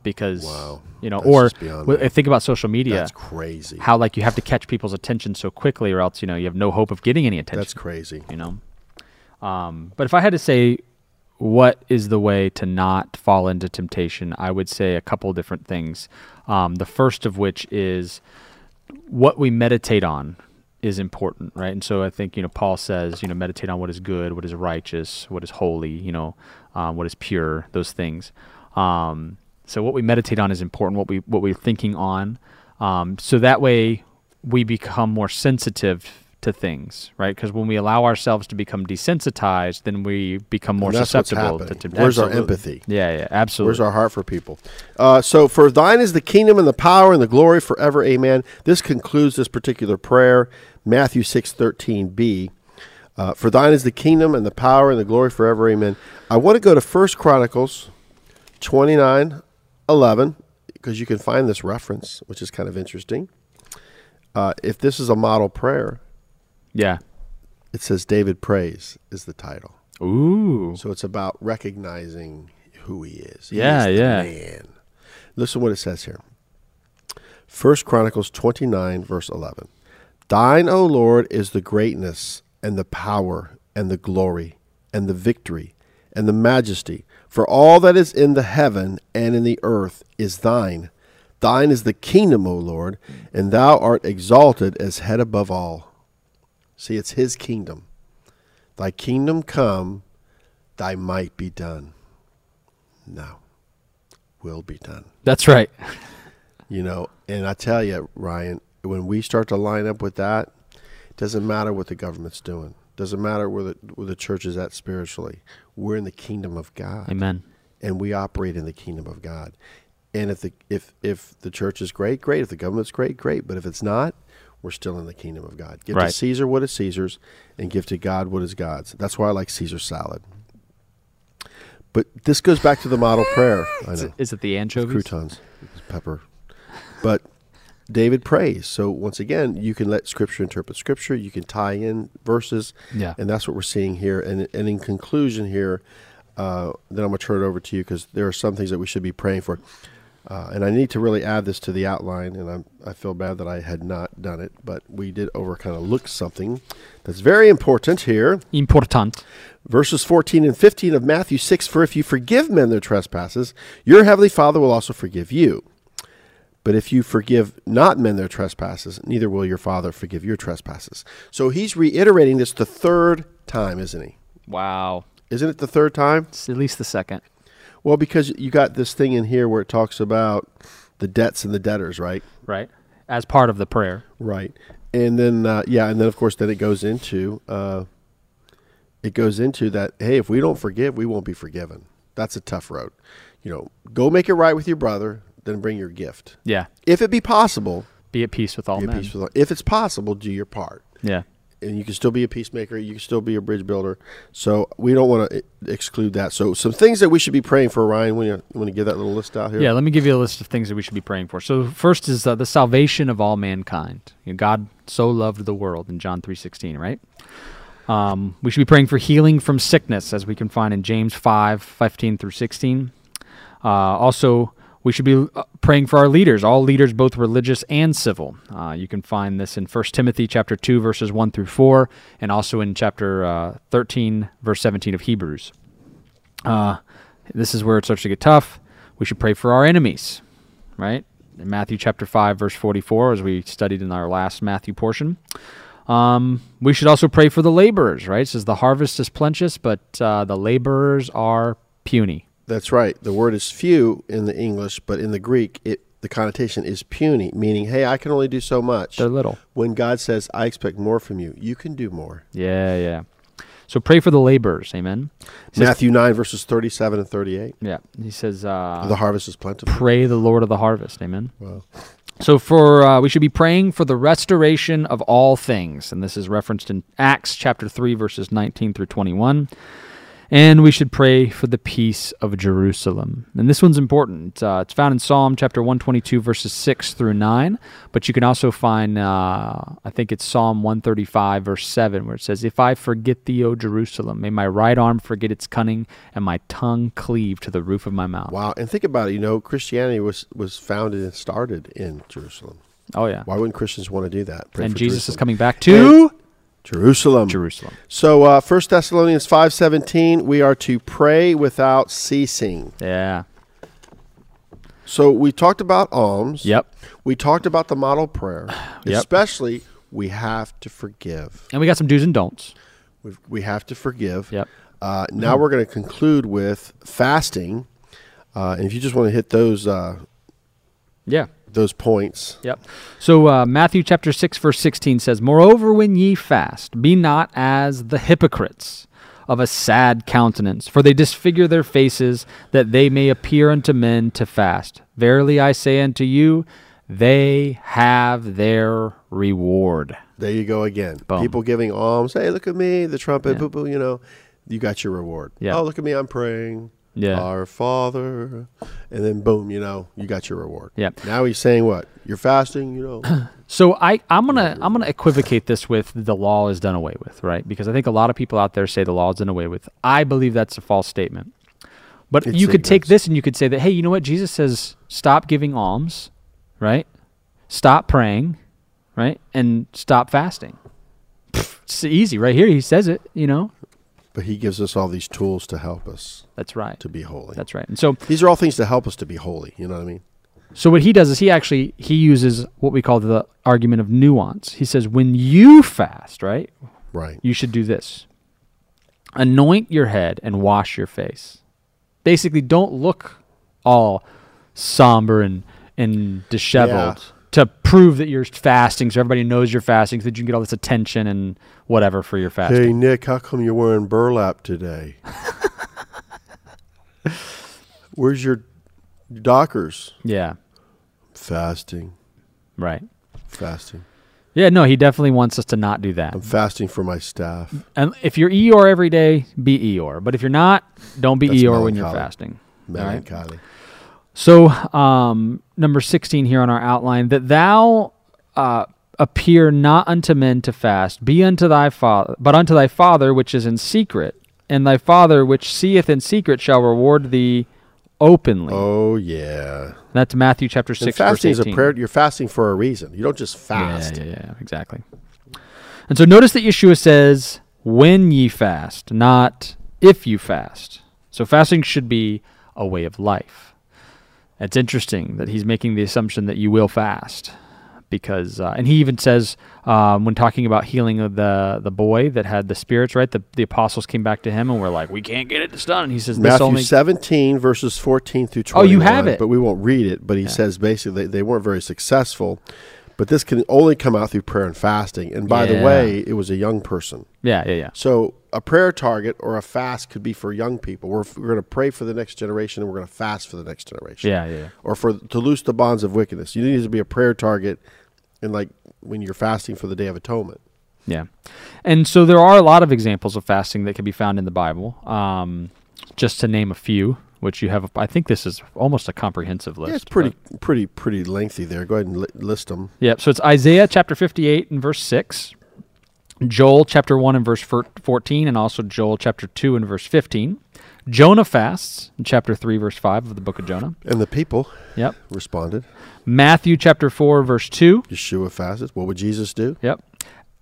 [SPEAKER 2] because
[SPEAKER 3] Wow.
[SPEAKER 2] you know,
[SPEAKER 3] That's
[SPEAKER 2] or
[SPEAKER 3] just beyond
[SPEAKER 2] w-
[SPEAKER 3] me.
[SPEAKER 2] think about social media.
[SPEAKER 3] That's crazy.
[SPEAKER 2] how like you have to catch people's attention so quickly, or else you know you have no hope of getting any attention.
[SPEAKER 3] That's crazy.
[SPEAKER 2] you know. Um, but if I had to say what is the way to not fall into temptation, I would say a couple different things. Um, the first of which is what we meditate on is important, right? And so I think you know Paul says you know meditate on what is good, what is righteous, what is holy, you know, um, what is pure, those things. Um, so what we meditate on is important. What we what we're thinking on, um, so that way we become more sensitive to things, right? Because when we allow ourselves to become desensitized, then we become more
[SPEAKER 3] And that's what's
[SPEAKER 2] susceptible to
[SPEAKER 3] happening.
[SPEAKER 2] temptation.
[SPEAKER 3] Where's our empathy?
[SPEAKER 2] Yeah, yeah, absolutely.
[SPEAKER 3] Where's our heart for people? Uh, so, for thine is the kingdom and the power and the glory forever. Amen. This concludes this particular prayer, Matthew six thirteen b Uh, for thine is the kingdom and the power and the glory forever. Amen. I want to go to First Chronicles twenty nine eleven because you can find this reference, which is kind of interesting. Uh, if this is a model prayer,
[SPEAKER 2] yeah.
[SPEAKER 3] it says David prays is the title.
[SPEAKER 2] Ooh.
[SPEAKER 3] So it's about recognizing who he is. He
[SPEAKER 2] Yeah,
[SPEAKER 3] is the
[SPEAKER 2] yeah.
[SPEAKER 3] Man. Listen what it says here. First Chronicles 29 verse 11. Thine, O Lord, is the greatness and the power and the glory and the victory and the majesty, for all that is in the heaven and in the earth is thine. Thine is the kingdom, O Lord, and thou art exalted as head above all. See, it's his kingdom. Thy kingdom come, thy might be done. No, will be done.
[SPEAKER 2] That's right.
[SPEAKER 3] You know, and I tell you, Ryan, when we start to line up with that, it doesn't matter what the government's doing. Doesn't matter where the where the church is at spiritually. We're in the kingdom of God,
[SPEAKER 2] Amen.
[SPEAKER 3] and we operate in the kingdom of God. And if the if if the church is great, great. If the government's great, great. But if it's not, we're still in the kingdom of God. Give to
[SPEAKER 2] Right.
[SPEAKER 3] Caesar what is Caesar's, and give to God what is God's. That's why I like Caesar salad. But this goes back to the model prayer. I know
[SPEAKER 2] Is it the anchovies?
[SPEAKER 3] croutons, pepper. But David prays. So once again, you can let Scripture interpret Scripture. You can tie in verses,
[SPEAKER 2] Yeah.
[SPEAKER 3] and that's what we're seeing here. And and in conclusion here, uh, then I'm gonna turn it over to you because there are some things that we should be praying for. Uh, and I need to really add this to the outline, and I'm, I feel bad that I had not done it, but we did over kind of look something that's very important here.
[SPEAKER 2] Important.
[SPEAKER 3] Verses 14 and 15 of Matthew 6 For if you forgive men their trespasses, your heavenly Father will also forgive you. But if you forgive not men their trespasses, neither will your Father forgive your trespasses. So he's reiterating this the third time, isn't he?
[SPEAKER 2] Wow.
[SPEAKER 3] Isn't it the third time?
[SPEAKER 2] It's at least the second.
[SPEAKER 3] Well, because you got this thing in here where it talks about the debts and the debtors, right?
[SPEAKER 2] Right. As part of the prayer.
[SPEAKER 3] Right. And then, uh, yeah, and then of course, then it goes into uh, it goes into that. Hey, if we don't forgive, we won't be forgiven. That's a tough road. You know, go make it right with your brother, then bring your gift.
[SPEAKER 2] Yeah.
[SPEAKER 3] If it be possible,
[SPEAKER 2] Be at peace with all
[SPEAKER 3] be a
[SPEAKER 2] men.
[SPEAKER 3] peace with all- if it's possible, do your part.
[SPEAKER 2] Yeah.
[SPEAKER 3] And you can still be a peacemaker. You can still be a bridge builder. So we don't want to exclude that. So some things that we should be praying for, Ryan. When you want to give that little list out here?
[SPEAKER 2] Yeah, let me give you a list of things that we should be praying for. So first is uh, the salvation of all mankind. You know, God so loved the world in John 3:16, right? Um, we should be praying for healing from sickness, as we can find in James 5 15 through 16. Uh, also, we should be uh, praying for our leaders, all leaders, both religious and civil. Uh, you can find this in 1 Timothy chapter 2, verses 1 through 4, and also in chapter uh, 13, verse 17 of Hebrews. Uh, this is where it starts to get tough. We should pray for our enemies, right? In Matthew chapter 5, verse 44, as we studied in our last Matthew portion. Um, we should also pray for the laborers, right? It says the harvest is plenteous, but uh, the laborers are puny.
[SPEAKER 3] That's right. The word is few in the English, but in the Greek, it the connotation is puny, meaning, hey, I can only do so much.
[SPEAKER 2] They're little.
[SPEAKER 3] When God says, I expect more from you, you can do more.
[SPEAKER 2] Yeah, yeah. So pray for the laborers. Amen. He says-
[SPEAKER 3] Matthew 9, verses 37 and 38.
[SPEAKER 2] yeah. He says, uh,
[SPEAKER 3] the harvest is plentiful.
[SPEAKER 2] pray the Lord of the harvest. Amen.
[SPEAKER 3] Wow.
[SPEAKER 2] So for uh, we should be praying for the restoration of all things, and this is referenced in Acts chapter three, verses nineteen through twenty-one. And we should pray for the peace of Jerusalem. And this one's important. Uh, it's found in Psalm chapter 122, verses 6 through 9. But you can also find, uh, I think it's Psalm 135, verse 7, where it says, If I forget thee, O Jerusalem, may my right arm forget its cunning, and my tongue cleave to the roof of my mouth.
[SPEAKER 3] Wow. And think about it. You know, Christianity was, was founded and started in Jerusalem.
[SPEAKER 2] Oh, yeah.
[SPEAKER 3] Why wouldn't Christians want to do that? Pray
[SPEAKER 2] and
[SPEAKER 3] for
[SPEAKER 2] Jesus is
[SPEAKER 3] Jerusalem.
[SPEAKER 2] coming back to
[SPEAKER 3] Jerusalem.
[SPEAKER 2] Jerusalem.
[SPEAKER 3] So uh, 1 Thessalonians 5.17, we are to pray without ceasing.
[SPEAKER 2] Yeah.
[SPEAKER 3] So we talked about alms.
[SPEAKER 2] Yep.
[SPEAKER 3] We talked about the model prayer.
[SPEAKER 2] Yep.
[SPEAKER 3] Especially, we have to forgive.
[SPEAKER 2] And we got some do's and don'ts.
[SPEAKER 3] We've, we have to forgive.
[SPEAKER 2] Yep.
[SPEAKER 3] Uh, now we're going to conclude with fasting. Uh, and if you just want to hit those uh,
[SPEAKER 2] Yeah.
[SPEAKER 3] those points,
[SPEAKER 2] Yep. So uh, Matthew chapter 6, verse 16 says, Moreover, when ye fast, be not as the hypocrites of a sad countenance, for they disfigure their faces, that they may appear unto men to fast. Verily I say unto you, they have their reward.
[SPEAKER 3] there you go again.
[SPEAKER 2] Boom.
[SPEAKER 3] People giving alms. Hey, look at me, the trumpet, boo boo, you know, you got your reward.
[SPEAKER 2] Yeah.
[SPEAKER 3] Oh, look at me, I'm praying.
[SPEAKER 2] Yeah.
[SPEAKER 3] Our Father. And then boom, you know, you got your reward.
[SPEAKER 2] Yeah.
[SPEAKER 3] Now he's saying what? You're fasting, you know.
[SPEAKER 2] So I, I'm gonna I'm gonna equivocate this with the law is done away with, right? Because I think a lot of people out there say the law is done away with. I believe that's a false statement. But
[SPEAKER 3] It's
[SPEAKER 2] you could take
[SPEAKER 3] ignorance.
[SPEAKER 2] this and you could say that, hey, you know what? Jesus says stop giving alms, right? Stop praying, right? And stop fasting. Pff, It's easy right here. He says it, you know?
[SPEAKER 3] but he gives us all these tools to help us
[SPEAKER 2] That's right.
[SPEAKER 3] to be holy.
[SPEAKER 2] That's right. And so
[SPEAKER 3] These are all things to help us to be holy. You know what I mean?
[SPEAKER 2] So what he does is he actually he uses what we call the argument of nuance. He says when you fast, right?
[SPEAKER 3] Right.
[SPEAKER 2] you should do this anoint your head and wash your face basically don't look all somber and and disheveled to prove that you're fasting so everybody knows you're fasting so that you can get all this attention and whatever for your fasting
[SPEAKER 3] Hey Nick, how come you're wearing burlap today? Where's your Dockers?
[SPEAKER 2] yeah
[SPEAKER 3] Fasting,
[SPEAKER 2] right
[SPEAKER 3] fasting.
[SPEAKER 2] yeah no he definitely wants us to not do that
[SPEAKER 3] I'm fasting for my staff.
[SPEAKER 2] and if you're eeyore every day be eeyore but if you're not don't be
[SPEAKER 3] That's
[SPEAKER 2] eeyore when you're
[SPEAKER 3] melancholy.
[SPEAKER 2] fasting All right?
[SPEAKER 3] Melancholy.
[SPEAKER 2] So, um, number 16 here on our outline that thou uh, appear not unto men to fast, be unto thy father, but unto thy father which is in secret, and thy father which seeth in secret shall reward thee openly.
[SPEAKER 3] Oh yeah.
[SPEAKER 2] That's Matthew chapter 6,
[SPEAKER 3] And fasting
[SPEAKER 2] verse
[SPEAKER 3] is
[SPEAKER 2] 18.
[SPEAKER 3] a prayer. You're fasting for a reason. You don't just
[SPEAKER 2] Yeah,
[SPEAKER 3] fast.
[SPEAKER 2] yeah, yeah, exactly. And so, notice that Yeshua says, when ye fast, not if you fast. So, fasting should be a way of life. It's interesting that he's making the assumption that you will fast, because uh, and he even says um, when talking about healing of the the boy that had the spirits, right? The the apostles came back to him and were like, "We can't get it this done." And he says, "This
[SPEAKER 3] Matthew
[SPEAKER 2] only
[SPEAKER 3] 17 verses 14 through 21.
[SPEAKER 2] Oh, you have it.
[SPEAKER 3] But we won't read it. But he says basically they, they weren't very successful. But this can only come out through prayer and fasting. And by
[SPEAKER 2] Yeah.
[SPEAKER 3] the way, it was a young person.
[SPEAKER 2] yeah, yeah, yeah,
[SPEAKER 3] So a prayer target or a fast could be for young people. We're, we're going to pray for the next generation, and we're going to fast for the next generation.
[SPEAKER 2] yeah, yeah, yeah."
[SPEAKER 3] Or for to loose the bonds of wickedness. You need to be a prayer target, and like when you're fasting for the Day of Atonement.
[SPEAKER 2] Yeah. And so there are a lot of examples of fasting that can be found in the Bible. Um, just to name a few, which you have, I think this is almost a comprehensive list.
[SPEAKER 3] Yeah, it's pretty,
[SPEAKER 2] but-
[SPEAKER 3] pretty, pretty lengthy there. Go ahead and li- list them.
[SPEAKER 2] yeah. So it's Isaiah chapter 58 and verse 6, Joel chapter 1 and verse fir- 14, and also Joel chapter 2 and verse 15. Jonah fasts in chapter 3, verse 5 of the book of Jonah.
[SPEAKER 3] And the people
[SPEAKER 2] Yep.
[SPEAKER 3] responded.
[SPEAKER 2] Matthew chapter 4, verse 2.
[SPEAKER 3] Yeshua fasted. What would Jesus do?
[SPEAKER 2] Yep.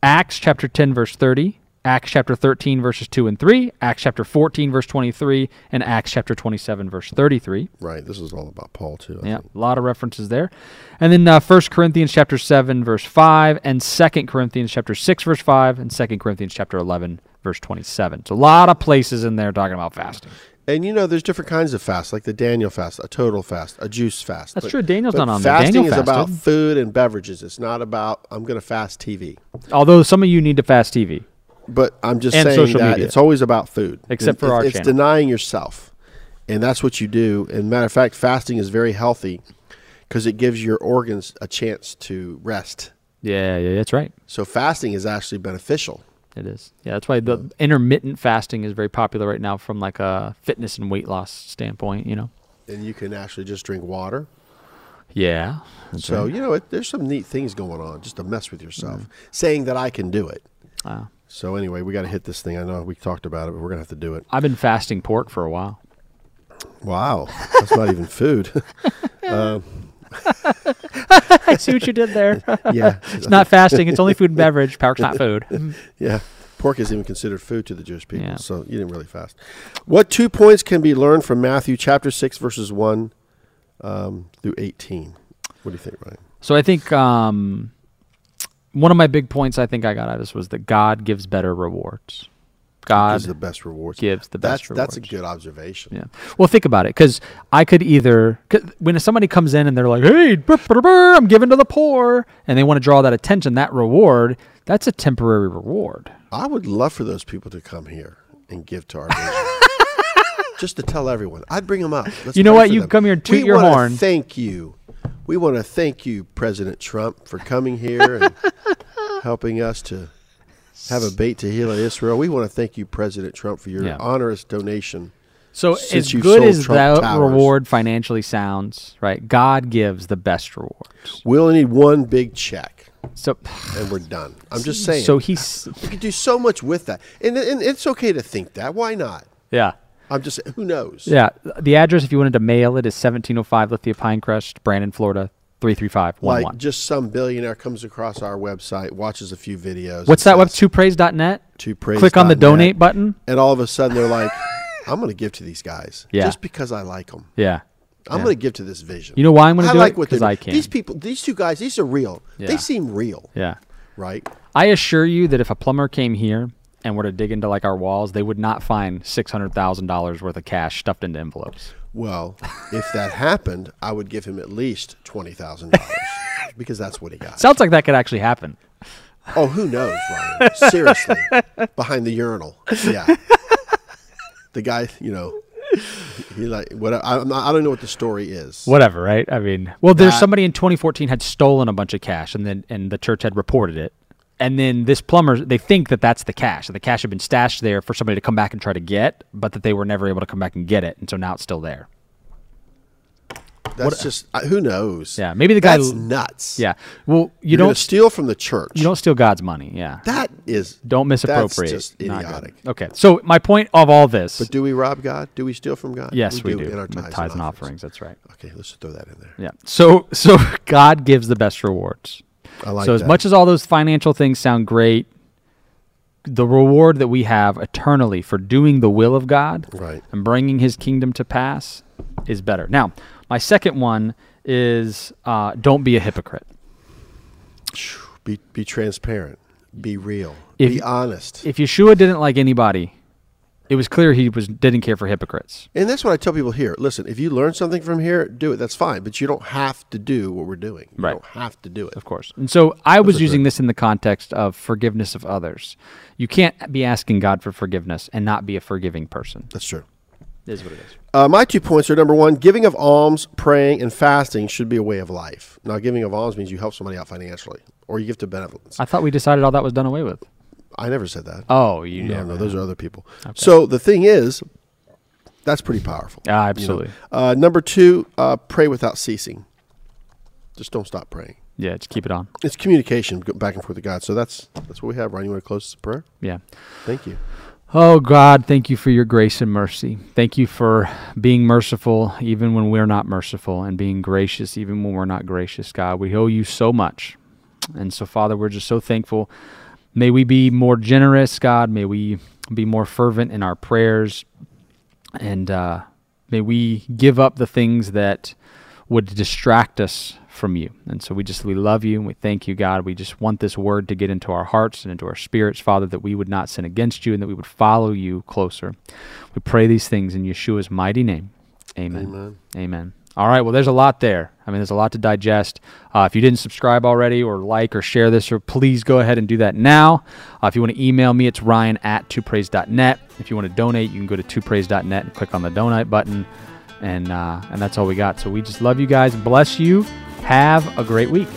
[SPEAKER 2] Acts chapter 10, verse 30, Acts chapter 13, verses 2 and 3, Acts chapter 14, verse 23, and Acts chapter 27, verse 33.
[SPEAKER 3] Right. This is all about Paul too. I
[SPEAKER 2] Yeah,
[SPEAKER 3] think.
[SPEAKER 2] a lot of references there. And then uh, 1 Corinthians chapter 7, verse 5, and 2 Corinthians chapter 6, verse 5, and 2 Corinthians chapter 11, verse 27. So a lot of places in there talking about fasting.
[SPEAKER 3] And you know, there's different kinds of fasts, like the Daniel fast, a total fast, a juice fast.
[SPEAKER 2] That's true. Daniel's
[SPEAKER 3] but
[SPEAKER 2] not on there.
[SPEAKER 3] fasting
[SPEAKER 2] Daniel
[SPEAKER 3] is about
[SPEAKER 2] fasted.
[SPEAKER 3] food and beverages. It's not about I'm going to fast TV.
[SPEAKER 2] Although some of you need to fast TV.
[SPEAKER 3] But I'm just
[SPEAKER 2] And
[SPEAKER 3] saying
[SPEAKER 2] social
[SPEAKER 3] that
[SPEAKER 2] media.
[SPEAKER 3] it's always about food,
[SPEAKER 2] Except for
[SPEAKER 3] It-
[SPEAKER 2] our
[SPEAKER 3] It's
[SPEAKER 2] channel.
[SPEAKER 3] denying yourself, and that's what you do. And matter of fact, fasting is very healthy because it gives your organs a chance to rest.
[SPEAKER 2] Yeah, yeah, that's right.
[SPEAKER 3] So fasting is actually beneficial.
[SPEAKER 2] It is. Yeah, that's why the intermittent fasting is very popular right now from like a fitness and weight loss standpoint, you know.
[SPEAKER 3] And you can actually just drink water.
[SPEAKER 2] Yeah.
[SPEAKER 3] so, you know, it, there's some neat things going on just to mess with yourself, saying that I can do it.
[SPEAKER 2] Mm-hmm. Wow.
[SPEAKER 3] So, anyway, we got to hit this thing. I know we talked about it, but we're going to have to do it.
[SPEAKER 2] I've been fasting pork for a while.
[SPEAKER 3] Wow. That's not even food.
[SPEAKER 2] I see what you did there.
[SPEAKER 3] yeah.
[SPEAKER 2] it's not fasting, it's only food and beverage. Pork's not food.
[SPEAKER 3] Mm-hmm. Yeah. Pork is even considered food to the Jewish people.
[SPEAKER 2] Yeah.
[SPEAKER 3] So, you didn't really fast. What two points can be learned from Matthew chapter 6, verses 1 um, through 18? What do you think, Ryan?
[SPEAKER 2] So I think um, one of my big points I think I got out of this was that God gives better rewards. God
[SPEAKER 3] Gives the best rewards.
[SPEAKER 2] gives the
[SPEAKER 3] that's,
[SPEAKER 2] best
[SPEAKER 3] That's a
[SPEAKER 2] rewards.
[SPEAKER 3] good observation.
[SPEAKER 2] Yeah. Well, think about it, because I could either 'cause when somebody comes in and they're like, "Hey, brr, brr, brr, I'm giving to the poor," and they want to draw that attention, that reward, that's a temporary reward.
[SPEAKER 3] I would love for those people to come here and give to our nation. Just to tell everyone, I'd bring them up. Let's
[SPEAKER 2] You know
[SPEAKER 3] pray
[SPEAKER 2] what?
[SPEAKER 3] for
[SPEAKER 2] You
[SPEAKER 3] them.
[SPEAKER 2] come here and toot
[SPEAKER 3] We
[SPEAKER 2] your
[SPEAKER 3] wanna
[SPEAKER 2] horn.
[SPEAKER 3] Thank you. We want to thank you, President Trump, for coming here and helping us to have a bait to heal Israel. We want to thank you, President Trump, for your
[SPEAKER 2] Yeah.
[SPEAKER 3] onerous donation.
[SPEAKER 2] So
[SPEAKER 3] Since
[SPEAKER 2] as
[SPEAKER 3] you've
[SPEAKER 2] good
[SPEAKER 3] sold
[SPEAKER 2] as
[SPEAKER 3] Trump
[SPEAKER 2] that
[SPEAKER 3] towers.
[SPEAKER 2] reward financially sounds, right? God gives the best rewards.
[SPEAKER 3] We only need one big check,
[SPEAKER 2] So,
[SPEAKER 3] and we're done. I'm just saying.
[SPEAKER 2] so he's
[SPEAKER 3] you can do so much with that, and, and it's okay to think that. Why not?
[SPEAKER 2] yeah.
[SPEAKER 3] I'm just. Who knows?
[SPEAKER 2] Yeah, the address if you wanted to mail it is 1705 Lithia Pinecrest, Brandon, Florida 33511.
[SPEAKER 3] like just some billionaire comes across our website, watches a few videos.
[SPEAKER 2] What's
[SPEAKER 3] and
[SPEAKER 2] that web?
[SPEAKER 3] says,
[SPEAKER 2] Twopraise.net.
[SPEAKER 3] Twopraise.net.
[SPEAKER 2] Click on the donate button.
[SPEAKER 3] And all of a sudden they're like, I'm going to give to these guys
[SPEAKER 2] Yeah.
[SPEAKER 3] just because I like them.
[SPEAKER 2] Yeah.
[SPEAKER 3] I'm going to give to this vision.
[SPEAKER 2] You know why I'm gonna
[SPEAKER 3] I
[SPEAKER 2] do
[SPEAKER 3] like
[SPEAKER 2] it?
[SPEAKER 3] what they're
[SPEAKER 2] 'Cause I
[SPEAKER 3] doing. These
[SPEAKER 2] can.
[SPEAKER 3] people, these two guys, these are real.
[SPEAKER 2] Yeah.
[SPEAKER 3] They seem real,
[SPEAKER 2] Yeah.
[SPEAKER 3] right?
[SPEAKER 2] I assure you that if a plumber came here and were to dig into like our walls, they would not find $600,000 worth of cash stuffed into envelopes.
[SPEAKER 3] Well, if that happened, I would give him at least twenty thousand dollars because that's what he got.
[SPEAKER 2] Sounds like that could actually happen.
[SPEAKER 3] oh, who knows, Ryan? Seriously, behind the urinal, yeah. The guy, you know, he like what? I, I'm not- I don't know what the story is.
[SPEAKER 2] Whatever, right? I mean, well, there's
[SPEAKER 3] That-
[SPEAKER 2] somebody in 2014 had stolen a bunch of cash and then and the church had reported it. And then this plumber, they think that that's the cash. That the cash had been stashed there for somebody to come back and try to get, but that they were never able to come back and get it, and so now it's still there.
[SPEAKER 3] That's just I, who knows.
[SPEAKER 2] Yeah, maybe the guy-
[SPEAKER 3] That's nuts.
[SPEAKER 2] Yeah. Well, you
[SPEAKER 3] you are
[SPEAKER 2] don't
[SPEAKER 3] don't steal from the church.
[SPEAKER 2] you don't steal God's money. Yeah.
[SPEAKER 3] That is
[SPEAKER 2] don't misappropriate.
[SPEAKER 3] That's just
[SPEAKER 2] Not good.
[SPEAKER 3] idiotic.
[SPEAKER 2] Okay. So my point of all this,
[SPEAKER 3] Do we rob God? Do we steal from God?
[SPEAKER 2] yes, we, do.
[SPEAKER 3] in our
[SPEAKER 2] With
[SPEAKER 3] tithes,
[SPEAKER 2] tithes and offerings. That's right.
[SPEAKER 3] Okay, let's throw that in there.
[SPEAKER 2] Yeah. So so God gives the best rewards.
[SPEAKER 3] I like
[SPEAKER 2] so as
[SPEAKER 3] that.
[SPEAKER 2] much as all those financial things sound great, the reward that we have eternally for doing the will of God
[SPEAKER 3] Right.
[SPEAKER 2] and bringing His kingdom to pass is better. Now, my second one is uh, don't be a hypocrite.
[SPEAKER 3] Be be transparent. Be real.
[SPEAKER 2] If-
[SPEAKER 3] be honest.
[SPEAKER 2] If Yeshua didn't like anybody, it was clear he was didn't care for hypocrites.
[SPEAKER 3] and that's what I tell people here. Listen, if you learn something from here, do it. That's fine, but you don't have to do what we're doing. You
[SPEAKER 2] Right.
[SPEAKER 3] don't have to do it.
[SPEAKER 2] Of course. And so I was using this in the context of forgiveness of others. You can't be asking God for forgiveness and not be a forgiving person.
[SPEAKER 3] That's true.
[SPEAKER 2] Is what it is.
[SPEAKER 3] Uh, my two points are number one, giving of alms, praying, and fasting should be a way of life. Now, giving of alms means you help somebody out financially or you give to benevolence.
[SPEAKER 2] I thought we decided all that was done away with.
[SPEAKER 3] I never said that.
[SPEAKER 2] Oh, you
[SPEAKER 3] No,
[SPEAKER 2] never.
[SPEAKER 3] no, those are other people. So the thing is, that's pretty powerful.
[SPEAKER 2] Ah, absolutely.
[SPEAKER 3] Uh, number two, uh, pray without ceasing. Just don't stop praying.
[SPEAKER 2] Yeah, just keep it on.
[SPEAKER 3] It's communication go back and forth with God. So that's that's what we have. Ryan, you want to close this prayer?
[SPEAKER 2] Yeah.
[SPEAKER 3] Thank you.
[SPEAKER 2] Oh God, thank you for your grace and mercy. Thank you for being merciful even when we're not merciful and being gracious even when we're not gracious, God. We owe you so much. And so, Father, we're just so thankful. May we be more generous, God. May we be more fervent in our prayers. And uh, may we give up the things that would distract us from you. And so we just, we love you and we thank you, God. We just want this word to get into our hearts and into our spirits, Father, that we would not sin against you and that we would follow you closer. We pray these things in Yeshua's mighty name. Amen. Amen. All right. Well, there's a lot there. I mean, there's a lot to digest. Uh, if you didn't subscribe already or like or share this, or please go ahead and do that now. Uh, if you want to email me, it's ryan at twopraise.net. If you want to donate, you can go to twopraise.net and click on the donate button. And, uh, and that's all we got. So we just love you guys. Bless you. Have a great week.